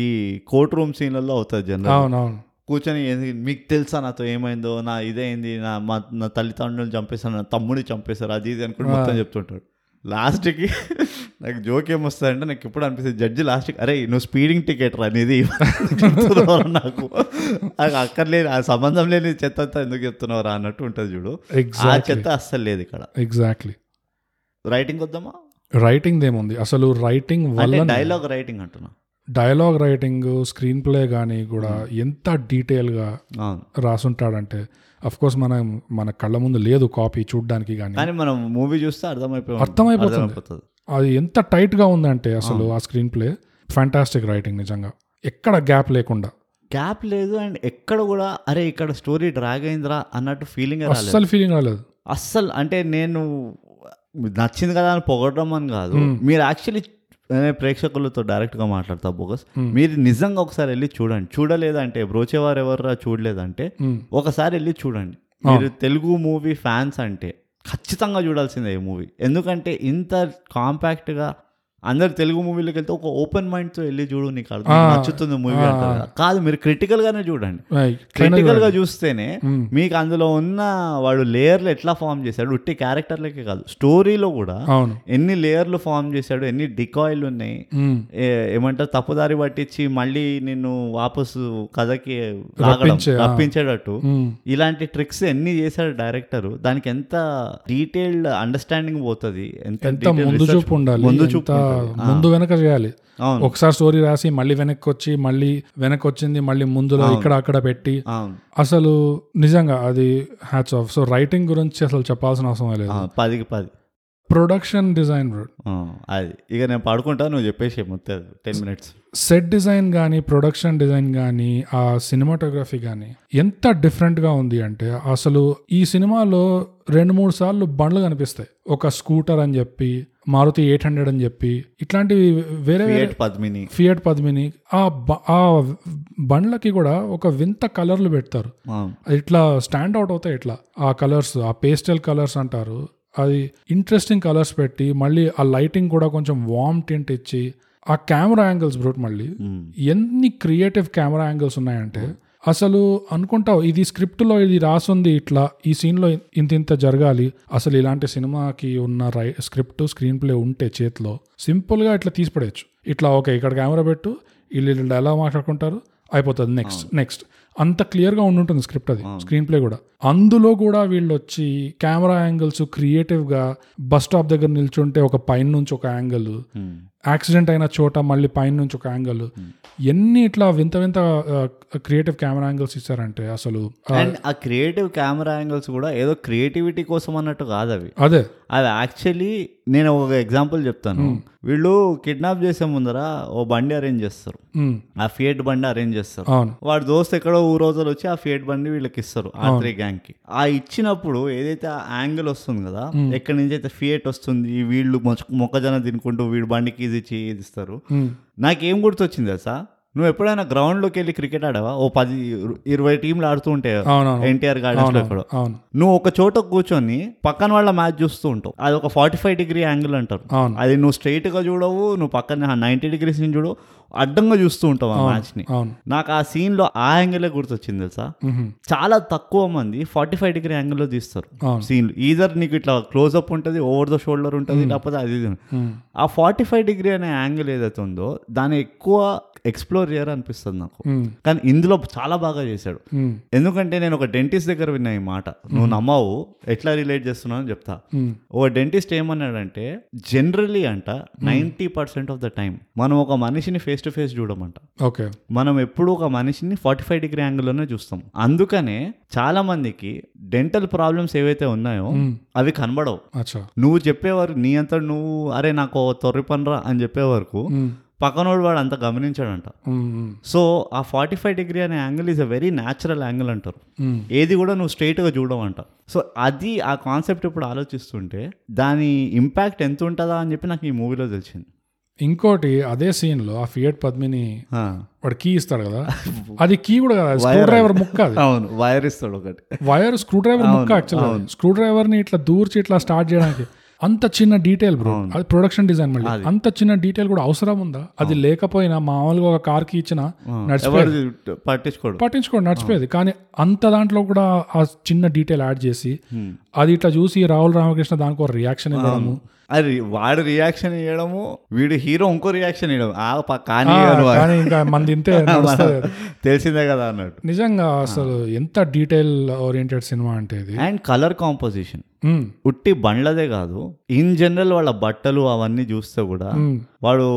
ఈ కోర్ట్ రూమ్ సీన్లలో అవుతుంది జనరల్ అవునవును కూర్చొని ఏంది మీకు తెలుసా నాతో ఏమైందో నా ఇదేంది నా మా నా తల్లిదండ్రులు చంపేశాను నా తమ్ముడిని చంపేశారు అది ఇది అనుకుని మొత్తం చెప్తుంటాడు లాస్ట్కి నాకు జోక్ ఏమొస్తుందంటే నాకు ఎప్పుడు అనిపిస్తుంది జడ్జి లాస్ట్కి అరే నువ్వు స్పీడింగ్ టికెట్ రా నీది చెప్తున్నావురా నాకు నాకు అక్కర్లేదు ఆ సంబంధం లేని చెత్త అంతా ఎందుకు చెప్తున్నావురా అన్నట్టు ఉంటుంది చూడు ఆ ఎగ్జాక్ట్లీ చెత్త అస్సలు లేదు ఇక్కడ ఎగ్జాక్ట్లీ రైటింగ్ వద్దామా రైటింగ్ ఏముంది అసలు రైటింగ్ అంటే వల్ల డైలాగ్ రైటింగ్ అంటున్నా డైలాగ్ రైటింగ్ స్క్రీన్ ప్లే కానీ కూడా Hmm. ఎంత detail గా అవును రాసుంటాడంటే అఫ్ కోర్స్ మనం మన కళ్ళ ముందు లేదు కాపీ చూడడానికి కానీ కానీ మనం మూవీ చూస్తే అర్థమైపోయి అర్థమైపోతుంది. అర్థమైపోతుంది అది ఎంత tight గా ఉందంటే అసలు ఆ స్క్రీన్ ప్లే ఫ్యాంటాస్టిక్ రైటింగ్ నిజంగా ఎక్కడ గ్యాప్ లేకుండా గ్యాప్ లేదు అండ్ ఎక్కడ కూడా అరే ఇక్కడ స్టోరీ డ్రాగ్ అయిందిరా అన్నట్టు ఫీలింగ్ రాలేదు అస్సలు ఫీలింగ్ రాలేదు అస్సలు అంటే నేను నచ్చింది కదా అని పొగడడం అని కాదు మీరు యాక్చువల్లీ ప్రేక్షకులతో డైరెక్ట్గా మాట్లాడతా బోగస్ మీరు నిజంగా ఒకసారి వెళ్ళి చూడండి చూడలేదంటే బ్రోచేవారు ఎవర్రా చూడలేదంటే మ్మ్. ఒకసారి వెళ్ళి చూడండి మీరు తెలుగు మూవీ ఫ్యాన్స్ అంటే ఖచ్చితంగా చూడాల్సిందే ఈ మూవీ ఎందుకంటే ఇంత కాంపాక్ట్గా అందరు తెలుగు మూవీలోకి వెళ్తే ఒక ఓపెన్ మైండ్తో వెళ్ళి చూడు నీకు అర్థం నచ్చుతుంది మూవీ అంటారు కదా. కాదు మీరు క్రిటికల్గానే చూడండి Right. క్రిటికల్ గా చూస్తేనే మీకు అందులో ఉన్న వాడు లేయర్లు ఎట్లా ఫామ్ చేశాడు ఉట్టి క్యారెక్టర్లకే కాదు స్టోరీలో కూడా అవును ఎన్ని లేయర్లు ఫామ్ చేశాడు ఎన్ని డికాయిలు ఉన్నాయి మ్మ్. ఏ- ఏమంటారు తప్పుదారి పట్టించి మళ్ళీ నిన్ను వాపసు కథకి లాగడం రప్పించే, ఆ. రప్పించేటట్టు మ్మ్. ఇలాంటి ట్రిక్స్ ఎన్ని చేశాడు డైరెక్టర్ దానికి ఎంత డీటెయిల్డ్ అండర్స్టాండింగ్ పోతుంది ఎంత ఎంత detailed ముందు research- చూపు ఉండాలి ముందు ఎంత చూపు ఉండాలి. ఆ, ముందు వెనక చేయాలి అవును ఒకసారి స్టోరీ రాసి మళ్ళీ వెనక్కి వచ్చి మళ్ళీ వెనక్కి వచ్చింది మళ్ళీ ముందులో ఇక్కడ అక్కడ పెట్టి అవును అసలు నిజంగా అది హ్యాట్స్ ఆఫ్ సో రైటింగ్ గురించి అసలు చెప్పాల్సిన అవసరం లేదు ఆ, పదికి పది ప్రొడక్షన్ డిజైన్ బ్రో ఆ, అది ఇక నేను పడుకుంటా నువ్వు చెప్పేసి మొత్తం టెన్ మినిట్స్ సెట్ డిజైన్ కానీ ప్రొడక్షన్ డిజైన్ కానీ ఆ సినిమాటోగ్రఫీ కానీ ఎంత డిఫరెంట్గా ఉంది అంటే అసలు ఈ సినిమాలో రెండు మూడు సార్లు బండ్లు కనిపిస్తాయి ఒక స్కూటర్ అని చెప్పి మారుతి ఎయిట్ హండ్రెడ్ అని చెప్పి ఇట్లాంటివి వేరే వేరే ఎయిట్ పద్మిని ఫియట్ పద్మిని ఆ బ- ఆ బండ్లకి కూడా ఒక వింత కలర్లు పెడతారు అవును అది ఇట్లా స్టాండ్ అవుట్ అవుతాయి ఇట్లా ఆ కలర్స్ ఆ పేస్టల్ కలర్స్ అంటారు అది ఇంట్రెస్టింగ్ కలర్స్ పెట్టి మళ్ళీ ఆ లైటింగ్ కూడా కొంచెం వామ్ టింట్ ఇచ్చి ఆ కెమెరా యాంగిల్స్ బ్రోట్ మళ్ళీ ఎన్ని క్రియేటివ్ కెమెరా యాంగిల్స్ ఉన్నాయంటే అసలు అనుకుంటావు ఇది script లో ఇది రాసుంది ఇట్లా ఈ సీన్లో ఇంత ఇంత జరగాలి అసలు ఇలాంటి సినిమాకి ఉన్న రై స్క్రిప్ట్ స్క్రీన్ ప్లే ఉంటే చేతిలో సింపుల్గా ఇట్లా తీసిపడేయచ్చు ఇట్లా ఓకే ఇక్కడ కెమెరా పెట్టు వీళ్ళు వీళ్ళు ఎలా మాట్లాడుకుంటారు అయిపోతుంది నెక్స్ట్ నెక్స్ట్ అంత క్లియర్గా ఉండుంటుంది స్క్రిప్ట్ అది స్క్రీన్ ప్లే కూడా అందులో కూడా వీళ్ళు వచ్చి కెమెరా యాంగిల్స్ క్రియేటివ్గా బస్ స్టాప్ దగ్గర నిల్చుంటే ఒక పైన నుంచి ఒక యాంగిల్ యాక్సిడెంట్ అయిన చోట మళ్ళీ పైన నుంచి ఒక యాంగిల్ ఎన్ని ఇట్లా వింత వింత క్రియేటివ్ కెమెరా యాంగిల్స్ ఇచ్చారంటే అసలు ఆ, అండ్ ఆ క్రియేటివ్ కెమెరా యాంగిల్స్ కూడా ఏదో క్రియేటివిటీ కోసం అన్నట్టు కాదు అవి అదే అవి యాక్చువల్లీ నేను ఒక ఎగ్జాంపుల్ చెప్తాను వీళ్ళు కిడ్నాప్ చేసే ముందర ఓ బండి అరేంజ్ చేస్తారు ఉమ్, ఆ ఫియట్ బండి అరేంజ్ చేస్తారు అవును వాడి దోస్త్ ఎక్కడో ఊ రోజులు వచ్చి ఆ ఫియట్ బండి వీళ్ళకి ఇస్తారు ఆ త్రీ గ్యాంగ్ కి ఆ ఇచ్చినప్పుడు ఏదైతే ఆ యాంగిల్ వస్తుంది కదా ఎక్కడి నుంచి అయితే ఫియట్ వస్తుంది వీళ్ళు మొక్క- మొక్కజొన్న తినుకుంటూ వీడు బండికి ఇది ఇచ్చి ఇది ఇస్తారు ఉమ్, నాకేం గుర్తొచ్చింది తెలుసా నువ్వు ఎప్పుడైనా గ్రౌండ్లోకి వెళ్ళి క్రికెట్ ఆడావా ఓ పది ఇరు- ఇరవై టీంలు ఆడుతూ ఉంటాయి అవునవును ఎన్టీఆర్ గార్డెన్స్లో ఎక్కడో అవును నువ్వు ఒక చోట కూర్చొని పక్కన వాళ్ళ మ్యాచ్ చూస్తూ ఉంటావు అది ఒక ఫార్టీ ఫైవ్ డిగ్రీ యాంగిల్ అంటారు అవును అది నువ్వు స్ట్రైట్గా చూడవు నువ్వు పక్కన నైంటీ డిగ్రీస్ నుంచి చూడవు అడ్డంగా చూస్తూ ఉంటావు ఆ మ్యాచ్ని అవును నాకు ఆ సీన్లో ఆ యాంగిలే గుర్తొచ్చింది తెలుసా ఉహుం, చాలా తక్కువ మంది ఫార్టీ ఫైవ్ డిగ్రీ యాంగిల్లో తీస్తారు అవును సీన్లు ఈధర్ నీకు ఇట్లా క్లోజ్అప్ ఉంటుంది ఓవర్ ద షోల్డర్ ఉంటుంది లేకపోతే అది ఇది ఉంటుంది. ఉమ్, ఆ ఫార్టీ ఫైవ్ డిగ్రీ అనే యాంగిల్ ఏదైతే ఉందో దాన్ని ఎక్కువ ఎక్స్ప్లోర్ చేయరు అనిపిస్తుంది నాకు ఉమ్, కానీ ఇందులో చాలా బాగా చేశాడు ఉమ్, ఎందుకంటే నేను ఒక డెంటిస్ట్ దగ్గర విన్నా ఈ మాట నువ్వు నమ్మవు ఎట్లా రిలేట్ చేస్తున్నావు అని చెప్తా ఉమ్, ఓ డెంటిస్ట్ ఏమన్నాడంటే జనరలీ అంట ninety percent of the time మనం ఒక మనిషిని ఫేస్ టు ఫేస్ చూడమంట ఓకే మనం ఎప్పుడూ ఒక మనిషిని ఫార్టీ ఫైవ్ డిగ్రీ యాంగిల్లోనే చూస్తాం అందుకనే చాలా మందికి డెంటల్ ప్రాబ్లమ్స్ ఏవైతే ఉన్నాయో అవి కనబడవు అచ్చా నువ్వు చెప్పేవారు నీ అంతా నువ్వు అరే నాకు ఓ తొర్రి పనిరా అని చెప్పే వరకు ఉమ్, పక్కనోడు వాడు అంత గమనించాడంట ఉమ్, ఉమ్, సో ఆ ఫార్టీ ఫైవ్ డిగ్రీ అనే angle is a very natural angle అంటారు ఉమ్, ఏది కూడా నువ్వు స్ట్రైట్గా చూడమంట సో అది ఆ కాన్సెప్ట్ ఇప్పుడు ఆలోచిస్తుంటే దాని ఇంపాక్ట్ ఎంత ఉంటుందా అని చెప్పి నాకు ఈ మూవీలో తెలిసింది ఇంకోటి అదే సీన్ లో ఆ ఫియట్ పద్మిని వాడు కీ ఇస్తాడు కదా అది కీ కూడా కదా స్క్రూ డ్రైవర్ ముక్క అది అవును వైర్ ఇస్తాడు ఒకటి వైర్ స్క్రూ డ్రైవర్ ముక్క యాక్చువల్ స్క్రూ డ్రైవర్ ని ఇట్లా దూర్చి ఇట్లా స్టార్ట్ చేయడానికి అంత చిన్న డీటెయిల్ బ్రో అది ప్రొడక్షన్ డిజైన్ మళ్ళీ అంత చిన్న డీటెయిల్ కూడా అవసరం ఉందా అది లేకపోయినా మామూలుగా ఒక కార్ కి ఇచ్చిన ఎవరు పట్టించుకోడు పట్టించుకోండి నడిచిపోయేది కానీ అంత దాంట్లో కూడా ఆ చిన్న డీటెయిల్ యాడ్ చేసి అది ఇట్లా చూసి రాహుల్ రామకృష్ణ దానికి ఒక రియాక్షన్ ఇవ్వడము అది వాడు రియాక్షన్ ఇవ్వడము వీడు హీరో ఇంకో రియాక్షన్ ఇవ్వడం ఆ ప- కానీ ఆ, అను అని. కానీ ఇంకా మంది ఇంతే నడుస్తుంది అది. తెలిసిందే కదా అన్నట్టు నిజంగా అసలు ఎంత డీటెయిల్ ఓరియంటెడ్ సినిమా అంటే ఇది అండ్ కలర్ కాంపోజిషన్ మ్మ్. ఉట్టి బండ్లదే కాదు ఇన్ జనరల్ వాళ్ళ బట్టలు అవన్నీ చూస్తే కూడా మ్మ్. వాడు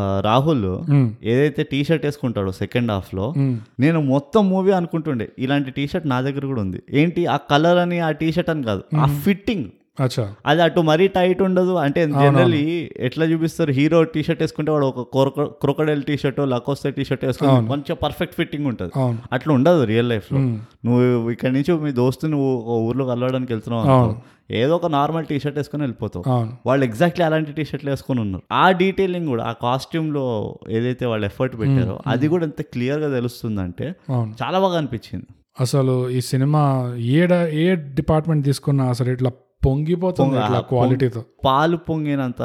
ఆ, రాహుల్ మ్మ్. ఏదైతే టీ షర్ట్ వేసుకుంటాడో సెకండ్ హాఫ్ లో మ్మ్. నేను మొత్తం మూవీ అనుకుంటుండే ఇలాంటి టీ షర్ట్ నా దగ్గర కూడా ఉంది ఏంటి ఆ కలర్ అని ఆ టీ షర్ట్ అని కాదు ఆ ఫిట్టింగ్ అచ్చా అది అటు మరీ టైట్ ఉండదు అంటే జనరలీ ఎట్లా చూపిస్తారు హీరో టీ షర్ట్ వేసుకుంటే వాడు ఒక crocodile T shirt లకోస్తే T shirt వేసుకుంటే మంచిగా పర్ఫెక్ట్ ఫిట్టింగ్ ఉంటుంది అవును అట్లా ఉండదు రియల్ లైఫ్ లో మ్. నువ్వు ఇక్కడి నుంచి మీ దోస్తు నువ్వు ఓ ఊర్లో కలవడానికి వెళ్తున్నావు అనుకో. ఏదో ఒక నార్మల్ టీ షర్ట్ వేసుకొని వెళ్ళిపోతావు అవును వాళ్ళు ఎగ్జాక్ట్లీ అలాంటి టీ షర్ట్లు వేసుకొని ఉన్నారు ఆ డీటెయిలింగ్ కూడా ఆ కాస్ట్యూమ్ లో ఏదైతే వాళ్ళు ఎఫర్ట్ పెట్టారో అది కూడా ఎంత క్లియర్ గా తెలుస్తుందంటే అవును చాలా బాగా అనిపించింది అసలు ఈ సినిమా ఏ డ- ఏ డిపార్ట్మెంట్ తీసుకున్నా అసలు ఇట్లా పొంగిపోతుంది ఇట్లా క్వాలిటీతో పాలు పొంగినంత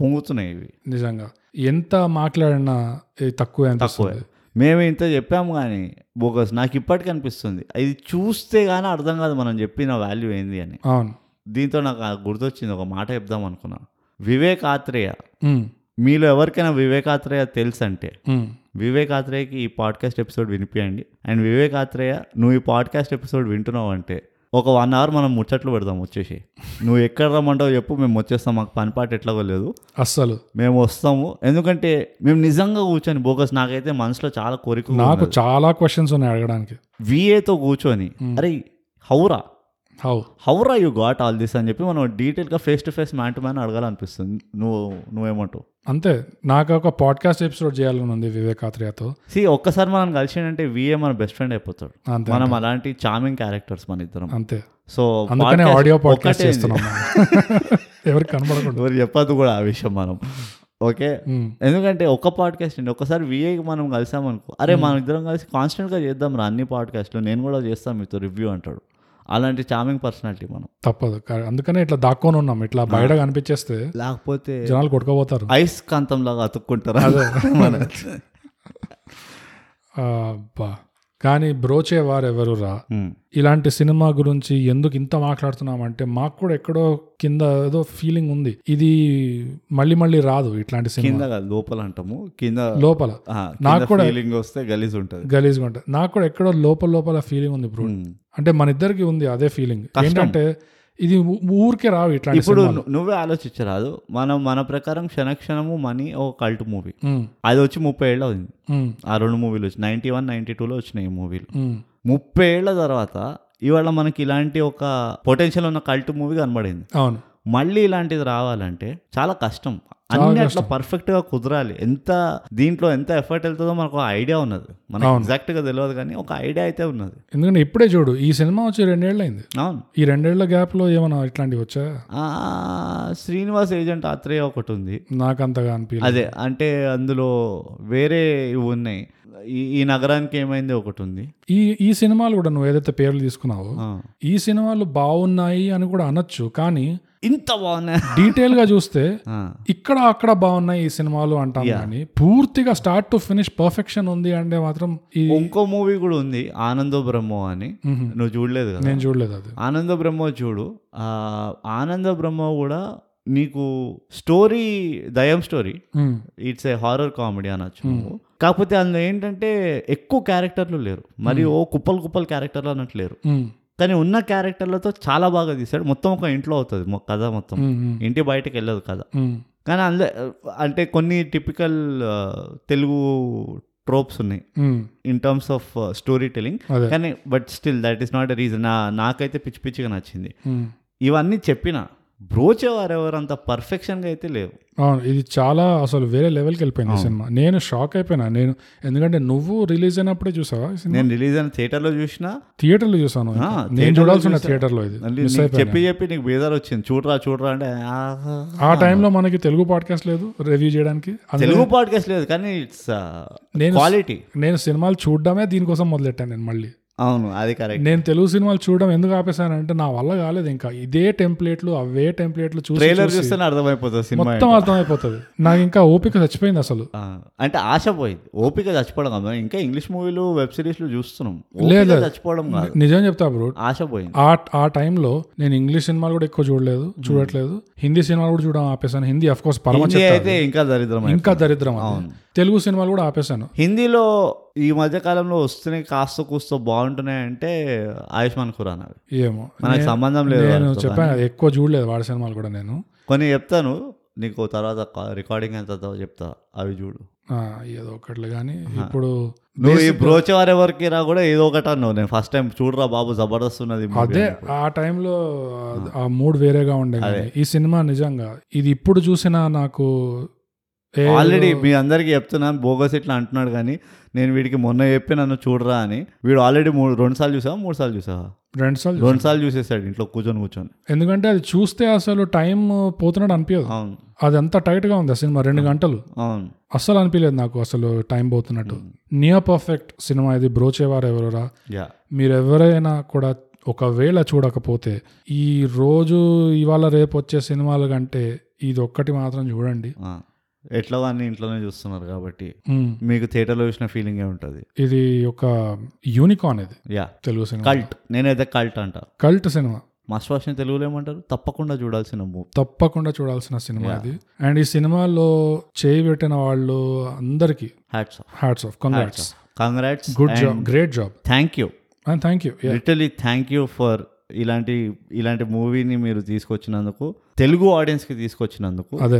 పొంగుతున్నాయి ఇవి నిజంగా ఎంత మాట్లాడినా ఇది తక్కువ అనిపిస్తుంది మేము ఇంత చెప్పాము కానీ బోకస్ నాకు ఇప్పటికి అనిపిస్తుంది ఇది చూస్తే గానీ అర్థం కాదు మనం చెప్పిన వాల్యూ ఏంది అని అవును దీంతో నాకు ఆ గుర్తొచ్చింది ఒక మాట చెప్దాం అనుకున్నా వివేక్ ఆత్రేయ మ్మ్. మీలో ఎవరికైనా వివేక్ ఆత్రేయ తెలుసంటే మ్మ్. వివేక్ ఆత్రేయకి ఈ పాడ్కాస్ట్ ఎపిసోడ్ వినిపించండి అండ్ వివేక్ ఆత్రేయ నువ్వు ఈ పాడ్కాస్ట్ ఎపిసోడ్ వింటున్నావు అంటే ఒక వన్ అవర్ మనం ముచ్చట్లు పెడదాం వచ్చేసి నువ్వు ఎక్కడ రమ్మంటావు చెప్పు మేము వచ్చేస్తాం మాకు పని పాట ఎట్లాగో లేదు అస్సలు మేము వస్తాము ఎందుకంటే మేము నిజంగా కూర్చొని బోకస్ నాకైతే మనసులో చాలా కోరిక నాకు చాలా క్వశ్చన్స్ ఉన్నాయి అడగడానికి విఏతో కూర్చొని Hmm. అరే how are how how are you got all this అని చెప్పి మనం డీటెయిల్గా face to face man to man అడగాలనిపిస్తుంది నువ్వు నువ్వేమంటావు అంతే నాకు ఒక పాడ్కాస్ట్ ఎపిసోడ్ చేయాలని ఉంది వివేకాత్రియాతో సి ఒక్కసారి మనం కలిసిందంటే విఏ మన బెస్ట్ ఫ్రెండ్ అయిపోతాడు అంతే మనం అలాంటి చామింగ్ క్యారెక్టర్స్ మన ఇద్దరం అంతే సో అందుకనే podcast ఆడియో పాడ్కాస్ట్ ఒక్కటే ఇది. చేస్తున్నాం మనం. ఎవరికి కనబడకుండా ఎవరు చెప్పద్దు కూడా ఆ విషయం మనం ఓకే మ్మ్. ఎందుకంటే ఒక పాడ్కాస్ట్ అండి ఒకసారి విఏకి మనం కలిసామనుకో అరే Hmm. మనం ఇద్దరం కలిసి కాన్స్టెంట్గా చేద్దాం రా అన్ని పాడ్కాస్ట్లు నేను కూడా చేస్తాను మీతో రివ్యూ అంటాడు అలాంటి చామింగ్ పర్సనాలిటీ మనం తప్పదు కా- అందుకనే ఇట్లా దాక్కొని ఉన్నాం ఇట్లా బయట కనిపించేస్తే లేకపోతే జనాలు కొట్టుకోపోతారు ఐస్ కాంతం లాగా అతుక్కుంటారా మన అబ్బా కానీ బ్రోచే వారెవరు రా ఇలాంటి సినిమా గురించి ఎందుకు ఇంత మాట్లాడుతున్నామంటే మాకు కూడా ఎక్కడో కింద ఏదో ఫీలింగ్ ఉంది ఇది మళ్ళీ మళ్ళీ రాదు ఇట్లాంటి సినిమా కింద కాదు, లోపల అంటాము కింద లోపల నాకు కూడా ఫీలింగ్ వస్తే గలీజ్ ఉంటుంది గలీజ్గా ఉంటుంది నాకు కూడా ఎక్కడో లోపల లోపల ఫీలింగ్ ఉంది బ్రో ఉమ్. అంటే మన ఇద్దరికి ఉంది అదే ఫీలింగ్ ఏంటంటే ఇది ఊ- ఊరికే రావు ఇట్లాంటి ఇప్పుడు ను- నువ్వే ఆలోచించరాదు మనం మన ప్రకారం క్షణక్షణము మనీ ఒక కల్ట్ మూవీ ఉమ్, అది వచ్చి ముప్పై ఏళ్ళు అయింది ఉమ్, ఆ రెండు మూవీలు వచ్చి నైన్టీ వన్ నైన్టీ టూలో వచ్చినాయి ఈ మూవీలు ఉమ్. ముప్పై ఏళ్ల తర్వాత ఇవాళ మనకి ఇలాంటి ఒక పొటెన్షియల్ ఉన్న కల్ట్ మూవీ కనబడింది అవును మళ్ళీ ఇలాంటిది రావాలంటే చాలా కష్టం అన్ని అట్లా పర్ఫెక్ట్ గా కుదరాలి ఎంత దీంట్లో ఎంత ఎఫర్ట్ వెళ్తుందో మనకు ఒక ఐడియా ఉన్నది మనకు ఎగ్జాక్ట్ గా తెలియదు కానీ ఒక ఐడియా అయితే ఉన్నది ఎందుకంటే ఇప్పుడే చూడు ఈ సినిమా వచ్చి రెండేళ్ళు అయింది అవును ఈ రెండేళ్ల గ్యాప్ లో ఏమైనా ఇట్లాంటివి వచ్చా ఆ, శ్రీనివాస్ ఏజెంట్ ఆత్రేయ ఒకటి ఉంది నాకు అంతగా అనిపించలేదు అదే అంటే అందులో వేరే ఇవి ఉన్నాయి ఈ ఈ నగరానికి ఏమైంది ఒకటి ఉంది ఈ ఈ సినిమాలు కూడా నువ్వు ఏదైతే పేర్లు తీసుకున్నావో ఆ. ఈ సినిమాలు బాగున్నాయి అని కూడా అనొచ్చు కానీ ఇంత బాగున్నాయి డీటెయిల్ గా చూస్తే ఆ, ఇక్కడ అక్కడ బాగున్నాయి ఈ సినిమాలు అంటాం కానీ పూర్తిగా స్టార్ట్ టు ఫినిష్ పర్ఫెక్షన్ ఉంది అంటే మాత్రం ఈ ఇంకో మూవీ కూడా ఉంది ఆనందో బ్రహ్మో అని మ్హూ. నువ్వు చూడలేదు కదా నేను చూడలేదు అది ఆనంద బ్రహ్మ చూడు ఆ, ఆనంద బ్రహ్మ కూడా నీకు స్టోరీ దయం story um, it's a horror comedy అనొచ్చు నువ్వు. కాకపోతే అందులో ఏంటంటే ఎక్కువ క్యారెక్టర్లు లేరు మరి ఓ కుప్పలు కుప్పలు క్యారెక్టర్లు అన్నట్టు లేరు ఉమ్, కానీ ఉన్న క్యారెక్టర్లతో చాలా బాగా తీశాడు మొత్తం ఒక ఇంట్లో అవుతుంది మొ- కథ మొత్తం ఉమ్, ఉమ్, ఇంటి బయటకు వెళ్ళదు కథ ఉమ్, కానీ అందులో అంటే కొన్ని టిపికల్ తెలుగు ట్రోప్స్ ఉన్నాయి um. In terms of storytelling అదే. కానీ but still that is not a reason నాకైతే పిచ్చి పిచ్చిగా నచ్చింది ఉమ్, ఇవన్నీ చెప్పిన బ్రోచేవారు ఎవరంత పర్ఫెక్షన్గా అయితే లేవు అవును ఇది చాలా అసలు వేరే లెవెల్కి వెళ్ళిపోయింది Oh. ఈ సినిమా నేను షాక్ అయిపోయినా నేను ఎందుకంటే నువ్వు రిలీజ్ అయినప్పుడే చూసావా ఈ సినిమా నేను రిలీజ్ అయిన థియేటర్లో చూసినా థియేటర్లో చూసాను ఆ, నేను theater లో చూడాల్సిన Ah, చూసా. థియేటర్లో ఇది మళ్ళీ మిస్ నీకు అయిపోయింది చెప్పి చెప్పి నీకు బేదారు వచ్చింది చూడరా చూడరా అంటే ఆ, ఆ టైంలో మనకి తెలుగు పాడ్కాస్ట్ లేదు రివ్యూ చేయడానికి అందుకే తెలుగు పాడ్కాస్ట్ లేదు కానీ ఇట్స్ నేను- క్వాలిటీ నేను సినిమాలు చూడడమే దీనికోసం మొదలెట్టాను నేను మళ్ళీ అవును అది కరెక్ట్ నేను తెలుగు సినిమాలు చూడడం ఎందుకు ఆపేశానంటే నా వల్ల కాలేదు ఇంకా ఇదే టెంప్లెట్లు అవే టెంప్లెట్లు చూసి ట్రైలర్ చూసి చూస్తేనే అర్థమైపోతుంది సినిమా మొత్తం అర్థమైపోతుంది నాకు ఇంకా ఓపిక చచ్చిపోయింది అసలు ఆ, అంటే ఆశ పోయింది ఓపిక చచ్చిపోవడం కాదు ఇంకా ఇంగ్లీష్ మూవీలు వెబ్ సిరీస్లు చూస్తున్నాం లేదు, ఓపిక లేదు. చచ్చిపోవడం కాదు నిజం చెప్తా బ్రో ఆశ పోయింది ఆ ఆ టైంలో నేను ఇంగ్లీష్ సినిమాలు కూడా ఎక్కువ చూడలేదు చూడట్లేదు హిందీ సినిమాలు కూడా చూడడం ఆపేశాను హిందీ అఫ్ కోర్స్ పరమ హిందీ చెత్త. అయితే ఇంకా దరిద్రం ఇంకా దరిద్రం అది. తెలుగు సినిమాలు కూడా ఆపేశాను హిందీలో ఈ మధ్య కాలంలో వస్తున్నాయి కాస్త కూస్తో బాగుంటున్నాయి అంటే ఆయుష్మాన్ ఖురానా అవి ఏమో మనకి సంబంధం లేదు నేను వాటితో. చెప్పాను కదా, ఎక్కువ చూడలేదు వాడి సినిమాలు కూడా నేను కొన్ని చెప్తాను నీకు తర్వాత కా- రికార్డింగ్ ఎంత అవుతుందో చెప్తా అవి చూడు ఆ, ఏదో ఒకట్లు కానీ ఇప్పుడు నువ్వు ఈ బ్రోచేవారు ఎవరికి రా కూడా ఏదో ఒకటి అన్నావు నేను ఫస్ట్ టైం చూడరా బాబు జబర్దస్త్ ఉన్నది movie అదే అని. ఆ టైంలో ఆ- ఆ మూడ్ వేరేగా ఉండే కానీ ఈ సినిమా నిజంగా ఇది ఇప్పుడు చూసిన నాకు ఏ- ఆల్రెడీ మీ అందరికీ చెప్తున్నాను బోగస్ ఇట్లా అంటున్నాడు కానీ నేను వీడికి మొన్న చెప్పి నన్ను చూడరా అని వీడు ఆల్రెడీ మూడు రెండు సార్లు చూసావా మూడు సార్లు చూసావా రెండు సార్లు రెండు సార్లు చూసేసాడు ఇంట్లో కూర్చొని కూర్చొని ఎందుకంటే అది చూస్తే అసలు టైం పోతున్నాడు అనిపించదు అవును అది అంత టైట్ గా ఉంది ఆ సినిమా రెండు గంటలు అవును అస్సలు అనిపించలేదు నాకు అసలు టైం పోతున్నట్టు నియర్ పర్ఫెక్ట్ సినిమా ఇది బ్రోచేవారు ఎవరురా యా మీరు ఎవరైనా కూడా ఒకవేళ చూడకపోతే ఈ రోజు ఇవాళ రేపు వచ్చే సినిమాల కంటే ఇది ఒక్కటి మాత్రం చూడండి ఎట్లా వాడిని ఇంట్లోనే చూస్తున్నారు కాబట్టి మ్మ్. మీకు థియేటర్లో చూసిన ఫీలింగే ఉంటుంది ఇది ఒక యూనికాన్ ఇది యా తెలుగు సినిమా కల్ట్ నేనైతే కల్ట్ అంట కల్ట్ సినిమా మస్ట్ వాష్ని తెలుగులో ఏమంటారు తప్పకుండా చూడాల్సిన మూవీ తప్పకుండా చూడాల్సిన సినిమా ఇది అండ్ ఈ సినిమాలో చేయి పెట్టిన వాళ్ళు అందరికి hats off hats off congrats congrats good job great job thank you and thank you literally thank you for ఇలాంటి ఇలాంటి మూవీని మీరు తీసుకొచ్చినందుకు తెలుగు ఆడియన్స్ కి తీసుకొచ్చినందుకు అదే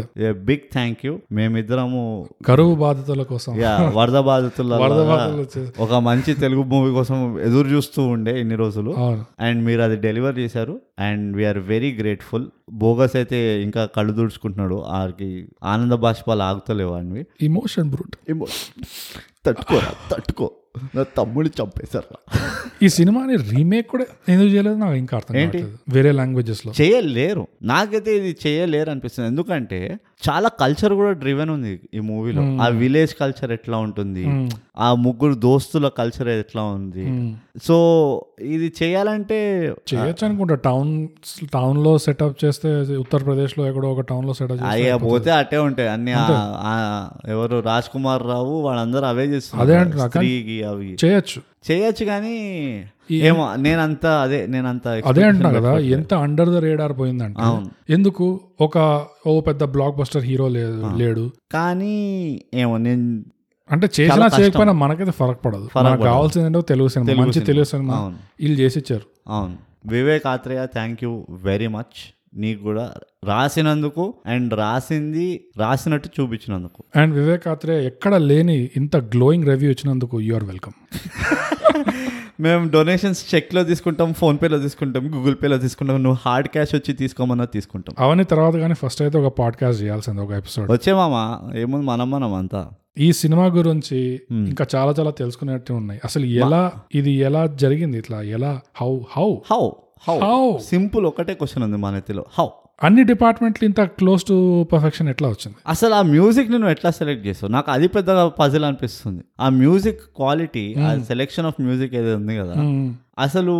బిగ్ థ్యాంక్ యూ మేమిద్దరము కరువు బాధితుల కోసం yeah, వరద బాధితుల వరద బాధితులు వచ్చేసి ఒక మంచి తెలుగు మూవీ కోసం ఎదురు చూస్తూ ఉండే ఇన్ని రోజులు అవును అండ్ మీరు అది డెలివర్ చేశారు అండ్ వీఆర్ వెరీ గ్రేట్ఫుల్ బోగస్ అయితే ఇంకా కళ్ళు దుడుచుకుంటున్నాడు ఆడికి ఆనంద బాష్పాలు ఆగుతలేవు అనివి ఇమోషన్ బ్రూట్ తట్టుకో తట్టుకో నా తమ్ముడు చంపేశారు ఈ సినిమాని రీమేక్ కూడా ఎందుకు చేయలేదు నాకు ఇంకా అర్థం కావట్లేదు వేరే లాంగ్వేజెస్ లో చేయలేరు నాకైతే ఇది చేయలేరు అనిపిస్తుంది ఎందుకంటే చాలా కల్చర్ కూడా డ్రివెన్ ఉంది ఈ మూవీలో ఆ విలేజ్ కల్చర్ ఎట్లా ఉంటుంది ఆ ముగ్గురు దోస్తుల కల్చర్ ఎట్లా ఉంది సో ఇది చేయాలంటే చేయొచ్చు అనుకుంటా టౌన్ టౌన్ లో సెటప్ చేస్తే ఉత్తరప్రదేశ్ లో ఎక్కడో ఒక టౌన్ లో సెటప్ చేస్తే అయ్యా పోతే అట్టే ఉంటాయి అన్ని ఆ- ఆ- ఎవరు రాజ్ కుమార్ రావు వాళ్ళందరూ అవే అదే చేస్తున్నారు అంటున్నా, కానీ- స్త్రీకి అవి చేయొచ్చు చేయొచ్చు కానీ ఏమో నేనంత అదే నేనంత అదే అంటున్నా కదా ఎంత అండర్ ద రేడార్ పోయిందంటే ఎందుకు ఒక ఓ పెద్ద బ్లాక్ బస్టర్ హీరో లేదు లేడు కానీ ఏమో నేను అంటే చేసినా చేయకపోయినా మనకైతే ఫరక్ పడదు మనకు కావాల్సింది అంటే తెలుగు సినిమా మంచి తెలుగు సినిమా అవును. వీళ్ళు చేసి ఇచ్చారు అవును Vivek Atreya thank you very much నీకు కూడా రాసినందుకు అండ్ రాసింది రాసినట్టు చూపించినందుకు అండ్ వివేక్ ఆత్రే ఎక్కడ లేని ఇంత గ్లోయింగ్ రివ్యూ ఇచ్చినందుకు యు ఆర్ వెల్కమ్ మేము డొనేషన్స్ చెక్లో తీసుకుంటాం ఫోన్పేలో తీసుకుంటాం గూగుల్ పేలో తీసుకుంటాం నువ్వు హార్డ్ క్యాష్ వచ్చి తీసుకోమన్నా తీసుకుంటాం అవన్నీ తర్వాత కానీ ఫస్ట్ అయితే ఒక పాడ్కాస్ట్ చేయాల్సింది ఒక ఎపిసోడ్ వచ్చే మామ ఏముంది మనం మనం అంతా ఈ సినిమా గురించి ఇంకా చాలా చాలా తెలుసుకునేట్టు ఉన్నాయి అసలు ఎలా ఇది ఎలా జరిగింది ఇట్లా ఎలా how how how how how simple ఒకటే క్వశ్చన్ ఉంది మా నెత్తిలో హౌ అన్ని డిపార్ట్మెంట్లు ఇంత క్లోజ్ టు పర్ఫెక్షన్ ఎట్లా వచ్చింది అసలు ఆ మ్యూజిక్ నేను ఎట్లా సెలెక్ట్ చేసావు నాకు అది పెద్దగా పజిల్ అనిపిస్తుంది ఆ మ్యూజిక్ క్వాలిటీ ఆ సెలెక్షన్ ఆఫ్ మ్యూజిక్ ఏదో ఉంది కదా మ్మ్. అసలు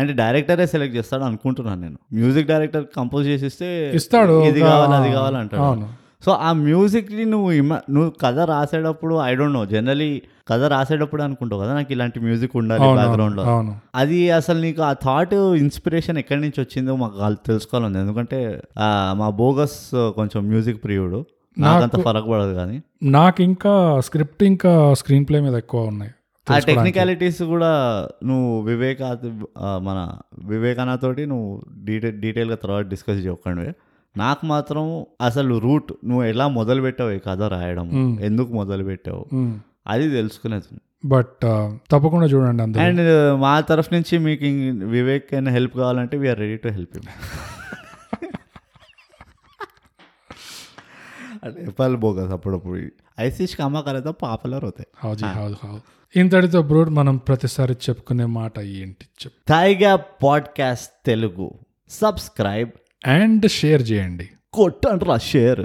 అంటే డైరెక్టరే సెలెక్ట్ చేస్తాడు అనుకుంటున్నాను నేను మ్యూజిక్ డైరెక్టర్ కంపోజ్ చేసి ఇస్తే ఇస్తాడు ఇది ఒక- కావాలి అది కావాలంటాడు అవును సో ఆ మ్యూజిక్ ని నువ్వు ima- నువ్వు కథ రాసేటప్పుడు ఐ డోంట్ నో జనరలీ కథ రాసేటప్పుడు అనుకుంటావు కదా నాకు ఇలాంటి మ్యూజిక్ ఉండాలి అవును, బ్యాక్గ్రౌండ్ లో అవును అది అసలు నీకు ఆ థాట్ ఇన్స్పిరేషన్ ఎక్కడి నుంచి వచ్చిందో మాకు కాల్- తెలుసుకోవాలని ఉంది. ఎందుకంటే ఆ, మా బోగస్ కొంచెం మ్యూజిక్ ప్రియుడు నాకంత ఫరక్ పడదు కానీ నాకు ఇంకా స్క్రిప్ట్ ఇంకా స్క్రీన్ ప్లే మీద ఎక్కువ ఉన్నాయి ఆ టెక్నికాలిటీస్ కూడా నువ్వు వివేక ఆ, మన వివేకానందతోటి నువ్వు డీటే డీటెయిల్గా తర్వాత డిస్కస్ చేయకండి నాకు మాత్రం అసలు రూట్ నువ్వు ఎలా మొదలు పెట్టావు ఈ కథ రాయడం ఎందుకు మొదలు పెట్టావు అది తెలుసుకునేది బట్ తప్పకుండా చూడండి అందరూ అండ్ మా తరఫు నుంచి మీకు ఇం- వివేక్ అయినా హెల్ప్ కావాలంటే we are ready to help Nepal बोगस అప్పుడప్పుడు ఐసిష్ కమ్మ కలతో పాపులర్ అవుతాయి హౌజీ హౌజ్ హౌ ఇంతటితో బ్రూడ్ మనం ప్రతిసారి చెప్పుకునే మాట ఏంటి చెప్పు తాయిగా podcast Telugu subscribe and share చేయండి కొట్టండి రా షేర్